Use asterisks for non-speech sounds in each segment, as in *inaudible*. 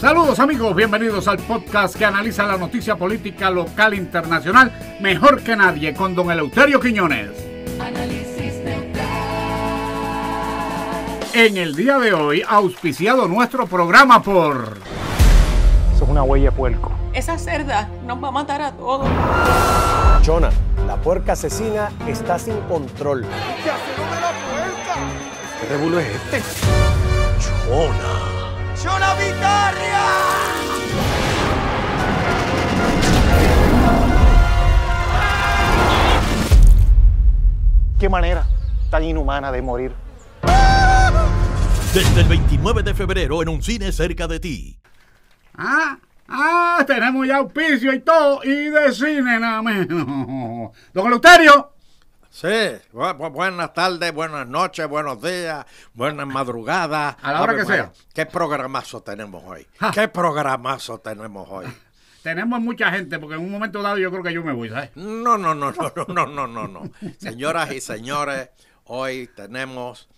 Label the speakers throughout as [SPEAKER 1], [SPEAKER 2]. [SPEAKER 1] Saludos amigos, bienvenidos al podcast que analiza la noticia política local e internacional mejor que nadie con don Eleuterio Quiñones.
[SPEAKER 2] Análisis neutral.
[SPEAKER 1] En el día de hoy, auspiciado nuestro programa por...
[SPEAKER 3] Eso es una huella puerco.
[SPEAKER 4] Esa cerda nos va a matar a todos.
[SPEAKER 5] Chona, la puerca asesina está sin control.
[SPEAKER 6] ¡Que asegura la puerca!
[SPEAKER 5] ¿Qué revuelo es este? Chona.
[SPEAKER 6] ¡Chona Vitarria!
[SPEAKER 3] Qué manera tan inhumana de morir.
[SPEAKER 7] Desde el 29 de febrero en un cine cerca de ti.
[SPEAKER 1] Ah, ah, tenemos ya auspicio y todo, y de cine nada menos. *laughs* Don Eleuterio.
[SPEAKER 8] Sí, bu- bu- buenas tardes, buenas noches, buenos días, buenas madrugadas.
[SPEAKER 1] A la hora
[SPEAKER 8] Ave
[SPEAKER 1] que
[SPEAKER 8] María,
[SPEAKER 1] sea.
[SPEAKER 8] ¿Qué programazo tenemos hoy?
[SPEAKER 1] Ja.
[SPEAKER 8] ¿Qué programazo tenemos hoy?
[SPEAKER 1] Tenemos mucha gente, porque en un momento dado yo creo que yo me voy, ¿sabes?
[SPEAKER 8] No, no, no, no, no, no, no, no, no. Señoras y señores, hoy tenemos,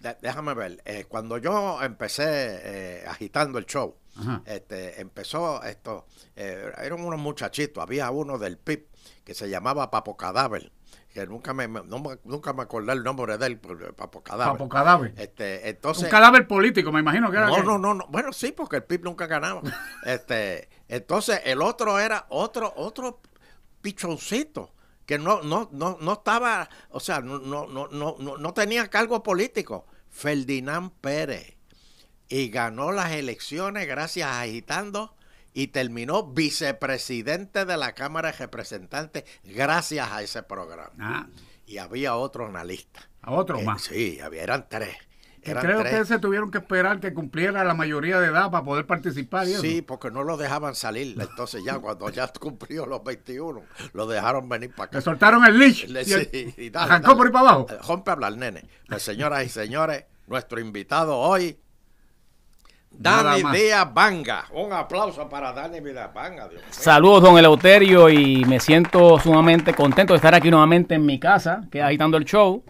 [SPEAKER 8] de- déjame ver, eh, cuando yo empecé eh, agitando el show,
[SPEAKER 1] Ajá.
[SPEAKER 8] este, empezó esto, eh, eran unos muchachitos, había uno del PIB que se llamaba Papo Cadáver, que nunca me, me- no me- nunca me acordé el nombre de él, pero, eh, Papo Cadáver.
[SPEAKER 1] Papo cadáver.
[SPEAKER 8] Este,
[SPEAKER 1] Un
[SPEAKER 8] entonces,
[SPEAKER 1] cadáver político, me imagino que era.
[SPEAKER 8] no,
[SPEAKER 1] que-
[SPEAKER 8] no, no, no. Bueno, sí, porque el PIB nunca
[SPEAKER 1] *laughs*
[SPEAKER 8] ganaba. este, entonces, el otro era otro, otro pichoncito que no, no, no, no estaba, o sea, no, no, no, no, no- no tenía cargo político. Ferdinand Pérez. Y ganó las elecciones gracias a agitando y terminó vicepresidente de la Cámara de Representantes gracias a ese programa.
[SPEAKER 1] Ah,
[SPEAKER 8] Y había otro analista.
[SPEAKER 1] a otro
[SPEAKER 8] Eh,
[SPEAKER 1] más.
[SPEAKER 8] sí, había, eran tres.
[SPEAKER 1] Que
[SPEAKER 8] Eran
[SPEAKER 1] Eh, creo
[SPEAKER 8] tres.
[SPEAKER 1] que se tuvieron que esperar que cumpliera la mayoría de edad para poder participar. y eso.
[SPEAKER 8] Sí, porque no lo dejaban salir. Entonces ya cuando ya *laughs* cumplió los 21, lo dejaron venir para acá.
[SPEAKER 1] Le soltaron el leash.
[SPEAKER 8] Le-
[SPEAKER 1] y el-
[SPEAKER 8] sí, y dale,
[SPEAKER 1] arrancó
[SPEAKER 8] dale.
[SPEAKER 1] por ahí para abajo.
[SPEAKER 8] Eh, Rompe a hablar, nene. Pues señoras y señores, nuestro invitado hoy,
[SPEAKER 1] Nada
[SPEAKER 8] Dani
[SPEAKER 1] más.
[SPEAKER 8] Díaz Banga. Un aplauso para Dani Díaz Banga. Dios mío.
[SPEAKER 9] Saludos, don Eleuterio, y me siento sumamente contento de estar aquí nuevamente en mi casa, que es agitando el show,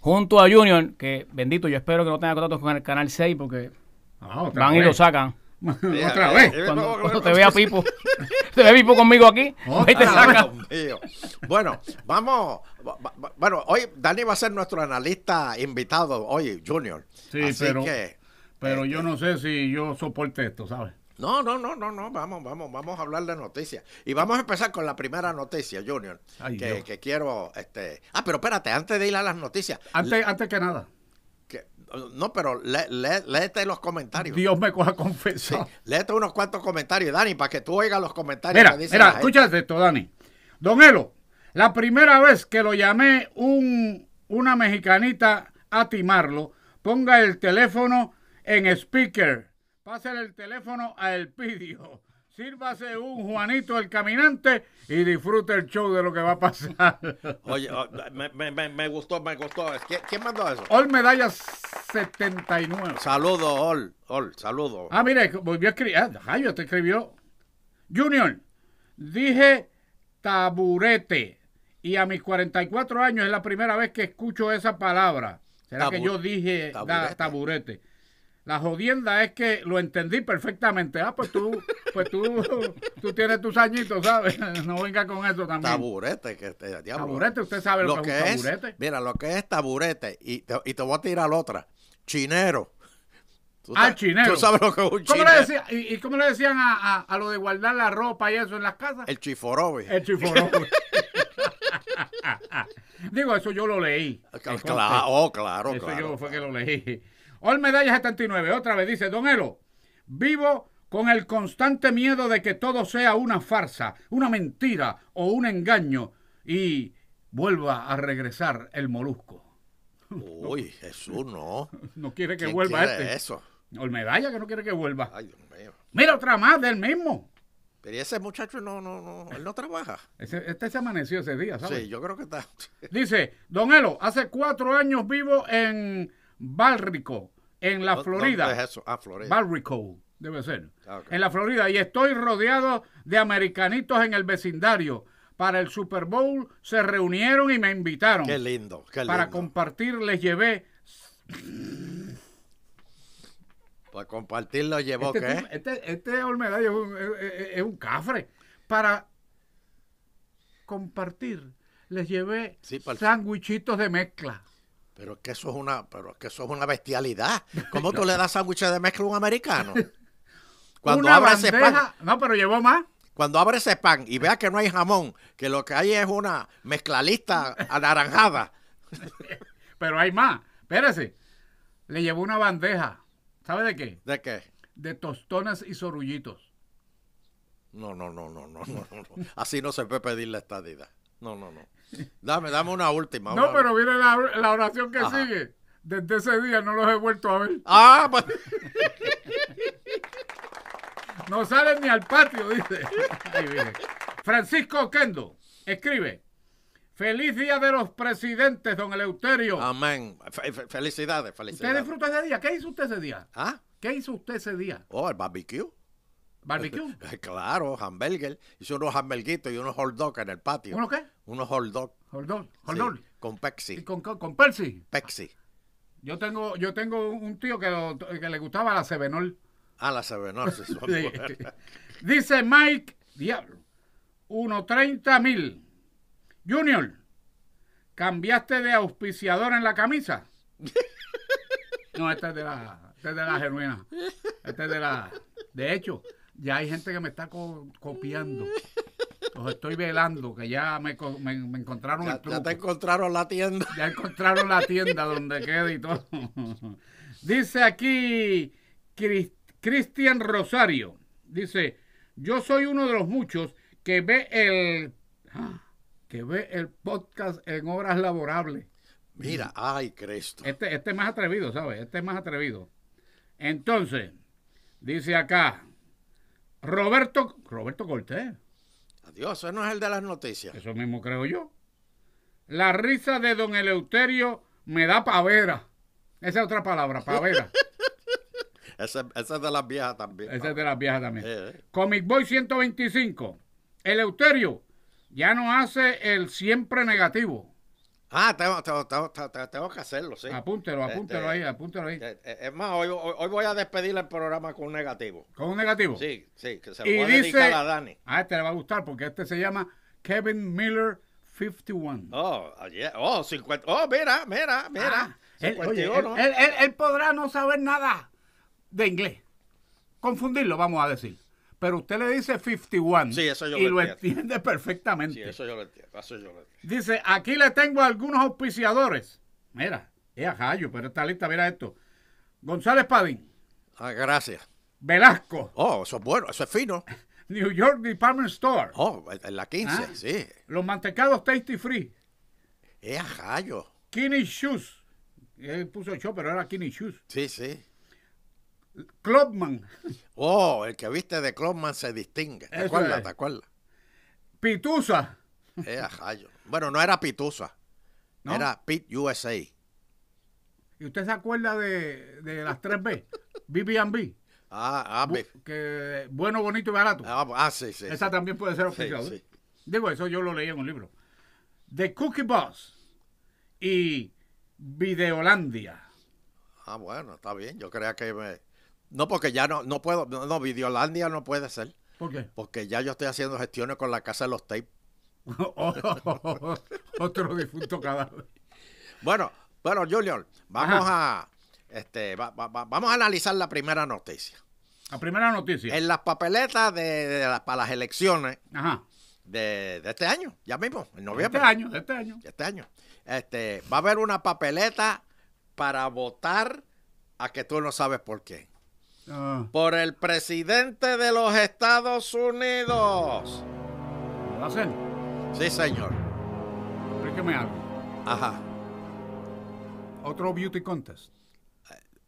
[SPEAKER 9] junto a Junior, que bendito, yo espero que no tenga contactos con el Canal 6 porque
[SPEAKER 1] Ah, otra
[SPEAKER 9] van y
[SPEAKER 1] vez.
[SPEAKER 9] lo sacan.
[SPEAKER 1] *laughs* otra
[SPEAKER 8] Eh,
[SPEAKER 1] vez.
[SPEAKER 8] eh,
[SPEAKER 9] Cuando,
[SPEAKER 8] no,
[SPEAKER 9] cuando
[SPEAKER 8] no, Oh,
[SPEAKER 9] te vea Pipo, *laughs* te ve Pipo
[SPEAKER 8] *laughs*
[SPEAKER 9] conmigo aquí,
[SPEAKER 1] Otra
[SPEAKER 9] ve y te saca.
[SPEAKER 8] Dios mío. Bueno, vamos. va- va- Bueno, hoy Dani va a ser nuestro analista invitado hoy, Junior.
[SPEAKER 1] Sí,
[SPEAKER 8] Así
[SPEAKER 1] pero-
[SPEAKER 8] que.
[SPEAKER 1] Pero yo no sé si yo soporte esto, ¿sabes?
[SPEAKER 8] No, no, no, no, no, vamos, vamos, vamos a hablar de noticias. Y vamos a empezar con la primera noticia, Junior,
[SPEAKER 1] Ay,
[SPEAKER 8] que,
[SPEAKER 1] Dios.
[SPEAKER 8] que quiero, este... Ah, pero espérate, antes de ir a las noticias,
[SPEAKER 1] Antes, antes que nada,
[SPEAKER 8] que- no, pero le- le- léete los comentarios.
[SPEAKER 1] Dios me coja
[SPEAKER 8] Sí,
[SPEAKER 1] confesado.
[SPEAKER 8] léete unos cuantos comentarios, Dani, para que tú oigas los comentarios
[SPEAKER 1] Mira,
[SPEAKER 8] que dicen
[SPEAKER 1] mira,
[SPEAKER 8] la gente.
[SPEAKER 1] escúchate esto, Dani. Don Elo, la primera vez que lo llamé un, una mexicanita a timarlo, ponga el teléfono en speaker. Pásale el teléfono a Elpidio. Sírvase un Juanito el caminante y disfrute el show de lo que va a pasar. *laughs*
[SPEAKER 8] Oye, oh, me, me- me- me gustó, me gustó. ¿Qui- ¿Quién mandó eso?
[SPEAKER 1] All medalla 79.
[SPEAKER 8] Saludo, Ol, Ol, saludo.
[SPEAKER 1] Ah, mire, volvió a escribir. Ah, Jayo, te escribió. Junior, dije taburete. Y a mis 44 años es la primera vez que escucho esa palabra. ¿Será que
[SPEAKER 8] Tabu-
[SPEAKER 1] yo dije da- taburete.
[SPEAKER 8] taburete.
[SPEAKER 1] La jodienda es que lo entendí perfectamente. Ah, pues tú, pues tú, *laughs* tú tienes tus añitos, ¿sabes? *laughs* No venga con eso también.
[SPEAKER 8] Taburete, que este, diablo.
[SPEAKER 1] Taburete, usted sabe lo, que, es un taburete.
[SPEAKER 8] Mira, lo que es taburete, y te, y te voy a tirar otra, chinero. ¿Tú
[SPEAKER 1] Ah,
[SPEAKER 8] sabes-
[SPEAKER 1] chinero.
[SPEAKER 8] Tú sabes lo que es
[SPEAKER 1] ¿Cómo
[SPEAKER 8] un chinero.
[SPEAKER 1] le decía- y, y cómo le decían a, a- a lo de guardar la ropa y eso en las casas?
[SPEAKER 8] El chiforobe.
[SPEAKER 1] El chiforobo. *laughs* Digo, eso yo lo leí.
[SPEAKER 8] Cla- cla- oh, claro,
[SPEAKER 1] eso
[SPEAKER 8] claro.
[SPEAKER 1] yo fue que lo leí. All Medalla 79, otra vez dice, Don Elo, vivo con el constante miedo de que todo sea una farsa, una mentira o un engaño y vuelva a regresar el molusco.
[SPEAKER 8] Uy, Jesús, no.
[SPEAKER 1] No quiere *laughs* que
[SPEAKER 8] ¿Quién
[SPEAKER 1] vuelva
[SPEAKER 8] quiere
[SPEAKER 1] este.
[SPEAKER 8] eso?
[SPEAKER 1] All Medalla que no quiere que vuelva.
[SPEAKER 8] Ay, Dios mío.
[SPEAKER 1] Mira otra más del mismo.
[SPEAKER 8] Pero ¿y ese muchacho no, no, no, él no trabaja.
[SPEAKER 1] Ese- este se amaneció ese día, ¿sabes?
[SPEAKER 8] Sí, yo creo que está.
[SPEAKER 1] Dice, Don Elo, hace cuatro años vivo en Balrico, en
[SPEAKER 8] *laughs*
[SPEAKER 1] la
[SPEAKER 8] ¿Dó-
[SPEAKER 1] Florida.
[SPEAKER 8] dónde es eso? Ah, Florida.
[SPEAKER 1] Balrico, debe ser.
[SPEAKER 8] Ah, ok.
[SPEAKER 1] En la Florida. Y estoy rodeado de americanitos en el vecindario. Para el Super Bowl se reunieron y me invitaron.
[SPEAKER 8] Qué lindo, qué lindo.
[SPEAKER 1] Para compartir les llevé
[SPEAKER 8] Pues compartirlo llevó
[SPEAKER 1] este,
[SPEAKER 8] que
[SPEAKER 1] tipo- este, este Olmedayo es un, es- es- es un cafre. Para compartir, les llevé
[SPEAKER 8] Sí, pa'l-
[SPEAKER 1] sándwichitos de mezcla.
[SPEAKER 8] Pero es que eso es una, pero es que eso es una bestialidad.
[SPEAKER 1] *laughs*
[SPEAKER 8] ¿Cómo tú le das sándwiches de mezcla a un americano? Cuando
[SPEAKER 1] Una
[SPEAKER 8] abre ese pan,
[SPEAKER 1] bandeja- No, pero llevó más.
[SPEAKER 8] cuando abre ese pan y vea que no hay jamón, que lo que hay es una mezclalista anaranjada.
[SPEAKER 1] Pero hay más. Espérese. Le llevó una bandeja. ¿Sabe de qué?
[SPEAKER 8] ¿De qué?
[SPEAKER 1] De tostones y sorullitos.
[SPEAKER 8] No, no, no, no, no, no, no, no. Así no se puede pedir la estadidad. No, no, no. Dame, dame una última.
[SPEAKER 1] No,
[SPEAKER 8] una-
[SPEAKER 1] pero viene la, la oración que
[SPEAKER 8] Ah, Ajá.
[SPEAKER 1] sigue. Desde ese día no los he vuelto a ver.
[SPEAKER 8] Ah, pues.
[SPEAKER 1] No salen ni al patio, dice.
[SPEAKER 8] *laughs*
[SPEAKER 1] Ay, mire. Francisco Kendo escribe: Feliz día de los presidentes, don Eleuterio.
[SPEAKER 8] Amén. Fe- fe- felicidades,
[SPEAKER 1] ¿Usted
[SPEAKER 8] felicidades.
[SPEAKER 1] disfruta ese día? ¿Qué hizo usted ese día?
[SPEAKER 8] ¿Ah?
[SPEAKER 1] ¿Qué hizo usted ese día?
[SPEAKER 8] Oh, el barbecue.
[SPEAKER 1] ¿Barbecue?
[SPEAKER 8] Este, *laughs* Claro, hamburger. Hice unos hamburguitos y unos hot dogs en el patio.
[SPEAKER 1] ¿Uno qué?
[SPEAKER 8] Unos hot dogs.
[SPEAKER 1] Hot dog, hot
[SPEAKER 8] sí,
[SPEAKER 1] dog.
[SPEAKER 8] con
[SPEAKER 1] Y
[SPEAKER 8] Pepsi.
[SPEAKER 1] con, con, con Percy.
[SPEAKER 8] Pepsi.
[SPEAKER 1] Yo tengo, yo tengo un tío que, lo- que le gustaba la
[SPEAKER 8] *laughs*
[SPEAKER 1] Sevenol.
[SPEAKER 8] Ah, la
[SPEAKER 1] *laughs*
[SPEAKER 8] Sevenor. sí, son
[SPEAKER 1] Sí.
[SPEAKER 8] buenas.
[SPEAKER 1] Dice Mike, diablo, 1.30 mil. Junior, ¿cambiaste de auspiciador en la camisa? No, esta es de la, esta es de la genuina. Esta es de la... De hecho, ya hay gente que me está co- copiando. Los estoy velando, que ya me, co- me- me encontraron el
[SPEAKER 8] ya,
[SPEAKER 1] truco.
[SPEAKER 8] ya te encontraron la tienda.
[SPEAKER 1] Ya encontraron la tienda donde queda y todo. *laughs* Dice aquí Cris- Cristian Rosario. Dice, yo soy uno de los muchos que ve el ah, que ve el podcast en horas laborables.
[SPEAKER 8] Mira, ay, Cristo.
[SPEAKER 1] Este, este es más atrevido, ¿sabes? Este es más atrevido. Entonces, dice acá, Roberto, Roberto Cortés,
[SPEAKER 8] Adiós, ese no es el de las noticias.
[SPEAKER 1] eso mismo creo yo. La risa de don Eleuterio me da pavera. Esa es otra palabra,
[SPEAKER 8] *laughs*
[SPEAKER 1] pavera.
[SPEAKER 8] Ese, ese es de las viejas también.
[SPEAKER 1] Esa es de las viejas también.
[SPEAKER 8] Eh, eh.
[SPEAKER 1] Comic Boy 125. Eleuterio ya no hace el siempre negativo.
[SPEAKER 8] Ah, tengo, tengo, tengo, tengo- tengo que hacerlo, sí.
[SPEAKER 1] Apúntelo, apúntelo ahí,
[SPEAKER 8] Este,
[SPEAKER 1] apúntelo ahí.
[SPEAKER 8] eh, eh, Es más, hoy, hoy, hoy voy a despedir el programa con un negativo.
[SPEAKER 1] Con un negativo.
[SPEAKER 8] Sí, sí, que se lo
[SPEAKER 1] Oh. Y
[SPEAKER 8] voy a
[SPEAKER 1] dice,
[SPEAKER 8] dedicar a Dani.
[SPEAKER 1] ah, este le va a gustar porque este se llama Kevin Miller 51.
[SPEAKER 8] Oh, ayer, oh, 50, oh, mira, mira, mira.
[SPEAKER 1] Ah, él, oye,
[SPEAKER 8] 51.
[SPEAKER 1] él- él- él- él podrá no saber nada de inglés. Confundirlo, vamos a decir. Pero usted le dice 51
[SPEAKER 8] Sí, eso yo
[SPEAKER 1] y
[SPEAKER 8] lo
[SPEAKER 1] lo
[SPEAKER 8] entiendo.
[SPEAKER 1] entiende perfectamente.
[SPEAKER 8] Sí, eso yo lo entiendo, eso yo lo entiendo.
[SPEAKER 1] Dice, aquí le tengo algunos auspiciadores. Mira, es a Jayo, pero está lista, mira esto. González Padín,
[SPEAKER 8] Ah, gracias.
[SPEAKER 1] Velasco,
[SPEAKER 8] Oh, eso es bueno, eso es fino.
[SPEAKER 1] New York Department Store,
[SPEAKER 8] Oh, en- en la 15,
[SPEAKER 1] Ah.
[SPEAKER 8] sí.
[SPEAKER 1] Los Mantecados Tasty Free,
[SPEAKER 8] Es a rayo.
[SPEAKER 1] Kinney Shoes, él puso show, pero era Kinney Shoes,
[SPEAKER 8] Sí, sí.
[SPEAKER 1] Clubman,
[SPEAKER 8] Oh, el que viste de Clonman se distingue. ¿Te
[SPEAKER 1] Eso
[SPEAKER 8] acuerdas?
[SPEAKER 1] es.
[SPEAKER 8] ¿Te acuerdas?
[SPEAKER 1] Pitusa,
[SPEAKER 8] Es a rayo. Bueno, no era Pitusa.
[SPEAKER 1] ¿No?
[SPEAKER 8] Era Pit USA.
[SPEAKER 1] ¿y usted se acuerda de, de las
[SPEAKER 8] *laughs*
[SPEAKER 1] 3B? BB&B,
[SPEAKER 8] Ah, ah,
[SPEAKER 1] bu-
[SPEAKER 8] bi-
[SPEAKER 1] que bueno, bonito y barato.
[SPEAKER 8] ah, ah, sí, sí.
[SPEAKER 1] Esa
[SPEAKER 8] sí.
[SPEAKER 1] también puede ser
[SPEAKER 8] Sí,
[SPEAKER 1] oficial. ¿eh?
[SPEAKER 8] sí.
[SPEAKER 1] Digo, eso yo lo leí en un libro. The Cookie Boss y Videolandia.
[SPEAKER 8] Ah, bueno, está bien. Yo creía que me... No, porque ya no, no puedo. No, no, Videolandia no puede ser.
[SPEAKER 1] ¿Por qué? *laughs*
[SPEAKER 8] Porque ya yo estoy haciendo gestiones con la casa de los tapes.
[SPEAKER 1] Oh, Otro difunto cadáver.
[SPEAKER 8] Bueno, bueno, Junior, vamos
[SPEAKER 1] Ajá.
[SPEAKER 8] a este, va- va- va- vamos a analizar la primera noticia.
[SPEAKER 1] La primera noticia.
[SPEAKER 8] En las papeletas de, de las- para las elecciones
[SPEAKER 1] Ajá.
[SPEAKER 8] de, de este año, ya mismo, en
[SPEAKER 1] Este
[SPEAKER 8] noviembre.
[SPEAKER 1] año, este año.
[SPEAKER 8] Este año. Este, va a haber una papeleta para votar a que tú no sabes por qué.
[SPEAKER 1] Ah,
[SPEAKER 8] Por el presidente de los Estados Unidos.
[SPEAKER 1] ¿lo va a hacer?
[SPEAKER 8] Sí, señor.
[SPEAKER 1] Explíqueme algo.
[SPEAKER 8] Ajá.
[SPEAKER 1] Otro beauty contest.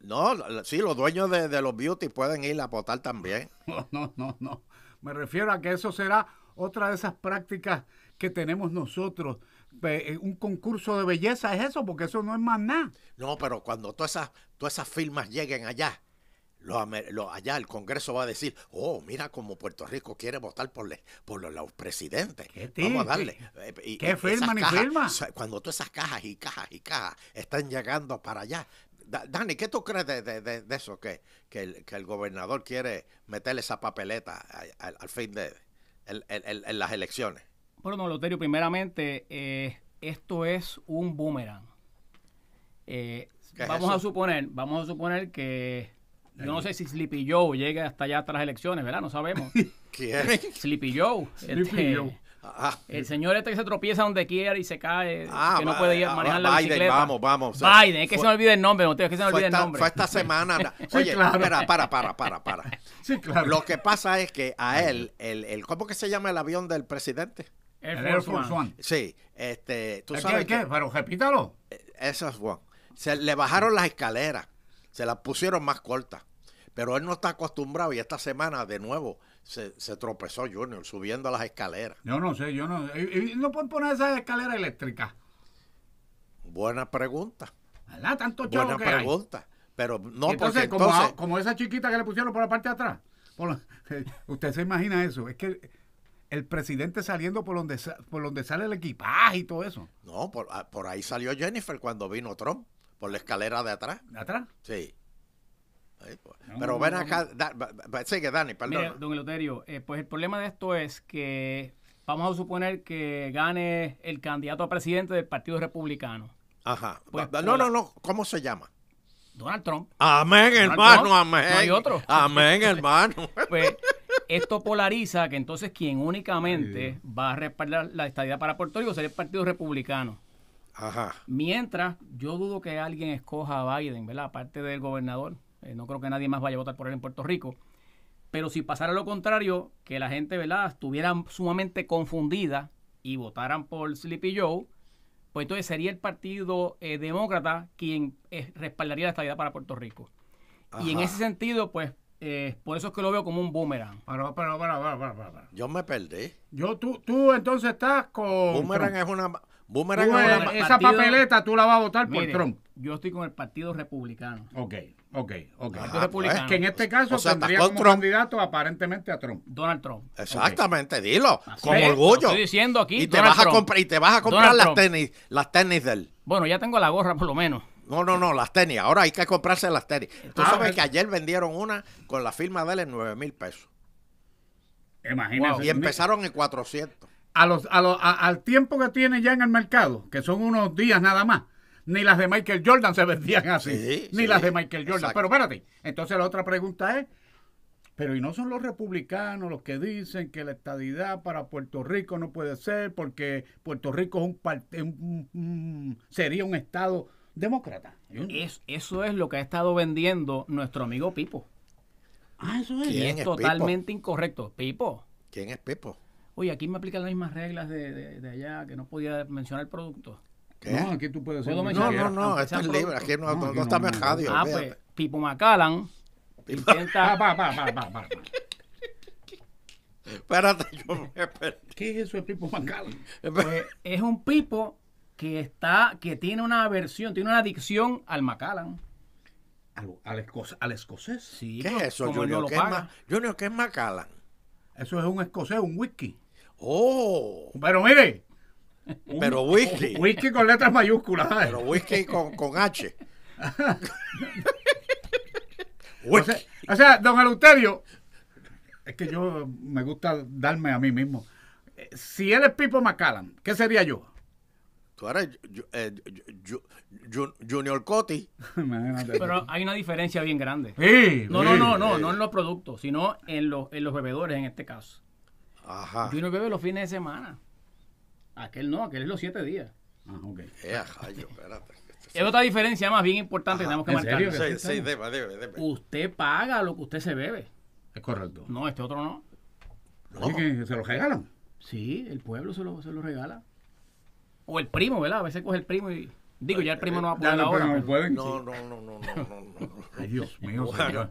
[SPEAKER 8] No, lo- sí, los dueños de, de los beauty pueden ir a votar también.
[SPEAKER 1] No, no, no, no. Me refiero a que eso será otra de esas prácticas que tenemos nosotros. Pe- eh, Un concurso de belleza es eso, porque eso no es más nada.
[SPEAKER 8] No, pero cuando todas esas, todas esas firmas lleguen allá, los amer- los- allá el Congreso va a decir, oh, mira como Puerto Rico quiere votar por, le- por los, los presidentes.
[SPEAKER 1] ¿Qué
[SPEAKER 8] Vamos a
[SPEAKER 1] ti-
[SPEAKER 8] darle.
[SPEAKER 1] qué-
[SPEAKER 8] Eh, y-
[SPEAKER 1] qué
[SPEAKER 8] y
[SPEAKER 1] firma
[SPEAKER 8] esas
[SPEAKER 1] ni
[SPEAKER 8] cajas,
[SPEAKER 1] firma?
[SPEAKER 8] sa- Cuando todas esas cajas y cajas y cajas están llegando para allá, Da- Dani, ¿qué tú crees de, de- de- de eso? Que, que, el, que el gobernador quiere meterle esa papeleta a- a- al fin de el- el- el- en las elecciones.
[SPEAKER 9] Bueno, Loterio, primeramente, eh, esto es un boomerang. Eh,
[SPEAKER 8] ¿Qué es
[SPEAKER 9] vamos a
[SPEAKER 8] eso?
[SPEAKER 9] suponer, vamos a suponer que yo no sé si Sleepy Joe llegue hasta allá hasta las elecciones, ¿verdad?
[SPEAKER 8] *laughs*
[SPEAKER 9] No sabemos.
[SPEAKER 8] ¿Quiere?
[SPEAKER 9] Sleepy Joe.
[SPEAKER 8] Este,
[SPEAKER 9] este,
[SPEAKER 1] Sleepy Joe.
[SPEAKER 8] Ah,
[SPEAKER 9] El señor este que se tropieza donde quiera y se cae,
[SPEAKER 8] Ah,
[SPEAKER 9] que no
[SPEAKER 8] va-
[SPEAKER 9] puede ir
[SPEAKER 8] ah,
[SPEAKER 9] a manejar la
[SPEAKER 8] Biden,
[SPEAKER 9] bicicleta.
[SPEAKER 8] vamos, vamos.
[SPEAKER 9] Biden, es que
[SPEAKER 8] Fue-
[SPEAKER 9] se me olvida el nombre, no es que se me
[SPEAKER 8] fue,
[SPEAKER 9] olvida el
[SPEAKER 8] esta,
[SPEAKER 9] nombre.
[SPEAKER 8] fue esta semana. na-
[SPEAKER 1] *laughs* Sí,
[SPEAKER 8] Oye,
[SPEAKER 1] claro.
[SPEAKER 8] espera, para, para, para, para.
[SPEAKER 1] Sí, claro.
[SPEAKER 8] Lo que pasa es que a él, el, el, ¿cómo que se llama el avión del presidente?
[SPEAKER 9] Air
[SPEAKER 1] El Air Force One.
[SPEAKER 8] Sí, este, tú
[SPEAKER 1] ¿Qué,
[SPEAKER 8] sabes
[SPEAKER 1] qué?
[SPEAKER 8] que-
[SPEAKER 1] Pero repítalo.
[SPEAKER 8] Eso es bueno. Se le bajaron las escaleras, se las pusieron más cortas. Pero él no está acostumbrado y esta semana de nuevo se, se tropezó Junior subiendo las escaleras.
[SPEAKER 1] Yo no sé, yo no. y- y no pueden poner esa escalera eléctrica.
[SPEAKER 8] Buena pregunta.
[SPEAKER 1] ¿Verdad? Tanto chavo
[SPEAKER 8] Buena
[SPEAKER 1] que hay.
[SPEAKER 8] pregunta. Pero no,
[SPEAKER 1] entonces,
[SPEAKER 8] porque
[SPEAKER 1] como, a-
[SPEAKER 8] entonces,
[SPEAKER 1] como esa chiquita que le pusieron por la parte de atrás. por la- *laughs* usted se imagina eso. Es que el, el presidente saliendo por donde, sa- por donde sale el equipaje y todo eso.
[SPEAKER 8] no, por, ah, por ahí salió Jennifer cuando vino Trump, por la escalera de atrás.
[SPEAKER 1] ¿De atrás?
[SPEAKER 8] Sí. Ahí, pues.
[SPEAKER 1] No,
[SPEAKER 8] Pero
[SPEAKER 1] no,
[SPEAKER 8] ven
[SPEAKER 1] no,
[SPEAKER 8] acá, da- ba- ba- sigue Dani, perdón.
[SPEAKER 9] Mire, don Eloterio, eh, pues el problema de esto es que vamos a suponer que gane el candidato a presidente del Partido Republicano,
[SPEAKER 8] Ajá.
[SPEAKER 9] Pues,
[SPEAKER 8] Ba- no,
[SPEAKER 9] hola.
[SPEAKER 8] no, no, ¿cómo se llama?
[SPEAKER 9] Donald Trump.
[SPEAKER 8] Amén, hermano,
[SPEAKER 9] no,
[SPEAKER 8] amén.
[SPEAKER 9] no hay otro.
[SPEAKER 8] Amén, hermano.
[SPEAKER 9] Pues esto polariza que entonces quien únicamente va a respaldar la estadía para Puerto Rico será el Partido Republicano.
[SPEAKER 8] Ajá.
[SPEAKER 9] Mientras, yo dudo que alguien escoja a Biden, ¿verdad? Aparte del gobernador. Eh, no creo que nadie más vaya a votar por él en Puerto Rico. Pero si pasara lo contrario, que la gente, ¿verdad?, estuviera sumamente confundida y votaran por Sleepy Joe, pues entonces sería el Partido eh, Demócrata quien eh, respaldaría la estabilidad para Puerto Rico. Y en
[SPEAKER 8] Ajá.
[SPEAKER 9] ese sentido, pues, eh, por eso es que lo veo como un boomerang.
[SPEAKER 1] Para, para, para, para, para, para, para.
[SPEAKER 8] Yo me perdí.
[SPEAKER 1] Yo, tú, tú entonces estás con.
[SPEAKER 8] Boomerang
[SPEAKER 1] Trump.
[SPEAKER 8] es una. Boomerang
[SPEAKER 1] Tú,
[SPEAKER 8] es una.
[SPEAKER 1] eh,
[SPEAKER 8] ma-
[SPEAKER 1] esa
[SPEAKER 9] Partido-
[SPEAKER 1] papeleta tú la vas a votar por
[SPEAKER 9] Mire,
[SPEAKER 1] Trump.
[SPEAKER 9] Yo estoy con el Partido Republicano.
[SPEAKER 1] Ok, ok, ok.
[SPEAKER 9] Partido
[SPEAKER 8] pues,
[SPEAKER 9] Republicano.
[SPEAKER 1] que en este caso
[SPEAKER 8] O sea, estás
[SPEAKER 1] tendría
[SPEAKER 8] con
[SPEAKER 1] como
[SPEAKER 8] Trump.
[SPEAKER 1] candidato aparentemente a Trump.
[SPEAKER 9] Donald Trump.
[SPEAKER 8] Exactamente, dilo.
[SPEAKER 9] Así
[SPEAKER 8] Con
[SPEAKER 9] es,
[SPEAKER 8] orgullo.
[SPEAKER 9] lo estoy diciendo aquí,
[SPEAKER 8] Y te,
[SPEAKER 9] Donald
[SPEAKER 8] vas a
[SPEAKER 9] Trump.
[SPEAKER 8] comprar, y te vas a comprar
[SPEAKER 9] Donald
[SPEAKER 8] las
[SPEAKER 9] Trump.
[SPEAKER 8] tenis, las tenis de él.
[SPEAKER 9] Bueno, ya tengo la gorra por lo menos.
[SPEAKER 8] No, no, no, las tenis. Ahora hay que comprarse las tenis. Tú
[SPEAKER 1] Ah,
[SPEAKER 8] sabes
[SPEAKER 9] pues.
[SPEAKER 1] es-
[SPEAKER 8] que ayer vendieron una con la firma de él en 9 mil pesos.
[SPEAKER 1] Imagínese.
[SPEAKER 8] Y empezaron en 400.
[SPEAKER 1] a los, a los- a- al tiempo que tiene ya en el mercado, que son unos días nada más, ni las de Michael Jordan se *laughs* vendían así.
[SPEAKER 8] Sí,
[SPEAKER 1] ni
[SPEAKER 8] sí,
[SPEAKER 1] las de Michael Jordan.
[SPEAKER 8] exacto.
[SPEAKER 1] Pero espérate, entonces la otra pregunta es, pero ¿y no son los republicanos los que dicen que la estadidad para Puerto Rico no puede ser porque Puerto Rico es un, parte- un- un- sería un estado demócrata? Y un-
[SPEAKER 9] Es- eso es lo que ha estado vendiendo nuestro amigo Pipo.
[SPEAKER 1] ah, eso es.
[SPEAKER 9] Y
[SPEAKER 8] ¿Quién
[SPEAKER 9] es
[SPEAKER 8] es
[SPEAKER 9] totalmente incorrecto. Pipo,
[SPEAKER 8] ¿Quién es Pipo?
[SPEAKER 9] oye, aquí me aplican las mismas reglas de, de- de allá, que no podía mencionar el producto.
[SPEAKER 8] ¿Qué?
[SPEAKER 1] No, aquí tú puedes ser
[SPEAKER 9] ¿Puedo
[SPEAKER 1] un-
[SPEAKER 8] No,
[SPEAKER 9] Aunque
[SPEAKER 8] no, no,
[SPEAKER 9] sea
[SPEAKER 8] esto es
[SPEAKER 9] producto.
[SPEAKER 8] libre. Aquí no,
[SPEAKER 1] No,
[SPEAKER 8] no-
[SPEAKER 1] aquí
[SPEAKER 8] no estamos
[SPEAKER 1] no,
[SPEAKER 8] en
[SPEAKER 1] no.
[SPEAKER 8] radio.
[SPEAKER 9] ah,
[SPEAKER 8] olvídate.
[SPEAKER 9] pues, Pipo Macallan
[SPEAKER 1] *laughs* Pa,
[SPEAKER 9] intenta...
[SPEAKER 1] pa, pa, pa, pa, pa.
[SPEAKER 8] Espérate, yo me perdí.
[SPEAKER 1] ¿Qué es eso de Pipo Macallan?
[SPEAKER 9] pues, es un Pipo que está, que tiene una aversión, tiene una adicción al Macallan.
[SPEAKER 1] Al, al esco- al escocés.
[SPEAKER 9] Sí,
[SPEAKER 8] ¿Qué es
[SPEAKER 9] pero
[SPEAKER 8] eso,
[SPEAKER 9] como él no
[SPEAKER 8] Junior?
[SPEAKER 9] lo
[SPEAKER 8] ¿Qué es
[SPEAKER 9] paga.
[SPEAKER 8] Ma- Junior, ¿qué es Macallan?
[SPEAKER 1] Eso es un escocés, un whisky.
[SPEAKER 8] Oh,
[SPEAKER 1] Pero mire,
[SPEAKER 8] pero whisky.
[SPEAKER 1] whisky con letras mayúsculas. ¿sabes?
[SPEAKER 8] Pero whisky con, con H.
[SPEAKER 1] o,
[SPEAKER 8] whisky.
[SPEAKER 1] sea, o sea, don Eleuterio, es que yo me gusta darme a mí mismo. Eh, Si él es Pipo Macallan, ¿qué sería yo? *laughs*
[SPEAKER 8] Tú eres ju- eh, ju- ju- Junior Coti.
[SPEAKER 1] Imagínate.
[SPEAKER 9] Pero hay una diferencia bien grande.
[SPEAKER 1] Sí,
[SPEAKER 9] No,
[SPEAKER 1] sí.
[SPEAKER 9] no, no, no, no en los productos, sino en los, en los bebedores en este caso.
[SPEAKER 8] Ajá.
[SPEAKER 9] Junior bebe los fines de semana. Aquel no, aquel es los siete días.
[SPEAKER 1] Ah, ok.
[SPEAKER 8] Eh, ay, yo, espérate.
[SPEAKER 9] Es otra diferencia más bien importante que tenemos que
[SPEAKER 1] ¿en serio?
[SPEAKER 8] Sí,
[SPEAKER 9] marcar.
[SPEAKER 8] sí, dime, dime, dime.
[SPEAKER 9] Usted paga lo que usted se bebe.
[SPEAKER 1] Es correcto.
[SPEAKER 9] No, este otro no.
[SPEAKER 1] Así que se lo regalan.
[SPEAKER 9] Sí, el pueblo se lo, se lo regala. O el primo, ¿verdad? A veces coge el primo y... Digo, ya el primo no va a
[SPEAKER 1] Ya
[SPEAKER 9] poder
[SPEAKER 1] no, pero
[SPEAKER 9] ahora.
[SPEAKER 1] no pueden.
[SPEAKER 8] No, no, no, no, no, no, no.
[SPEAKER 1] Ay, Dios mío, señor.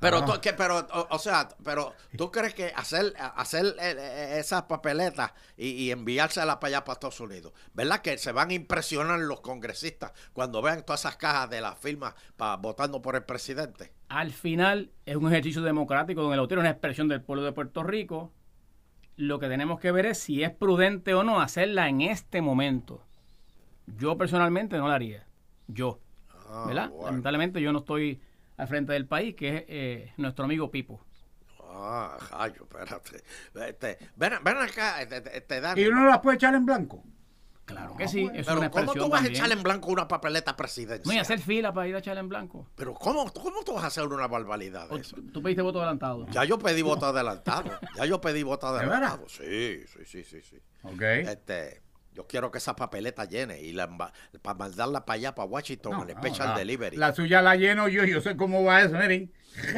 [SPEAKER 8] Pero, tú, que, pero o, o sea, pero tú crees que hacer, hacer eh, eh, esas papeletas y, y enviárselas para allá, para Estados Unidos, ¿verdad? Que se van a impresionar los congresistas cuando vean todas esas cajas de las firmas para votando por el presidente.
[SPEAKER 9] Al final es un ejercicio democrático donde el autor es una expresión del pueblo de Puerto Rico. Lo que tenemos que ver es si es prudente o no hacerla en este momento. Yo personalmente no la haría. Yo. ¿verdad?
[SPEAKER 8] Ah, bueno.
[SPEAKER 9] Lamentablemente yo no estoy al frente del país, que es eh, nuestro amigo Pipo.
[SPEAKER 8] Ah, rayo, espérate. Este, ven, ven acá, este, este, este, Dani.
[SPEAKER 1] Y uno las puede echar en blanco. Ah,
[SPEAKER 9] Claro que sí, es
[SPEAKER 8] Pero
[SPEAKER 9] una
[SPEAKER 8] ¿cómo
[SPEAKER 9] expresión
[SPEAKER 8] tú vas a
[SPEAKER 9] también.
[SPEAKER 8] echar en blanco una papeleta presidencial?
[SPEAKER 9] No, y hacer fila para ir a echar en blanco.
[SPEAKER 8] Pero ¿cómo, ¿cómo tú vas a hacer una barbaridad
[SPEAKER 9] O
[SPEAKER 8] de eso?
[SPEAKER 9] tú tú pediste voto adelantado.
[SPEAKER 8] Ya yo pedí voto adelantado. Ya yo pedí voto
[SPEAKER 1] veras?
[SPEAKER 8] adelantado. Sí, sí, sí, sí, sí.
[SPEAKER 1] Ok.
[SPEAKER 9] Eh,
[SPEAKER 8] Este, yo quiero que esa papeleta llene y la, emba- para mandarla para allá, para Washington,
[SPEAKER 1] No,
[SPEAKER 8] al
[SPEAKER 1] no,
[SPEAKER 8] special
[SPEAKER 1] la-
[SPEAKER 8] delivery.
[SPEAKER 1] La suya la lleno yo, yo sé cómo va eso, miren.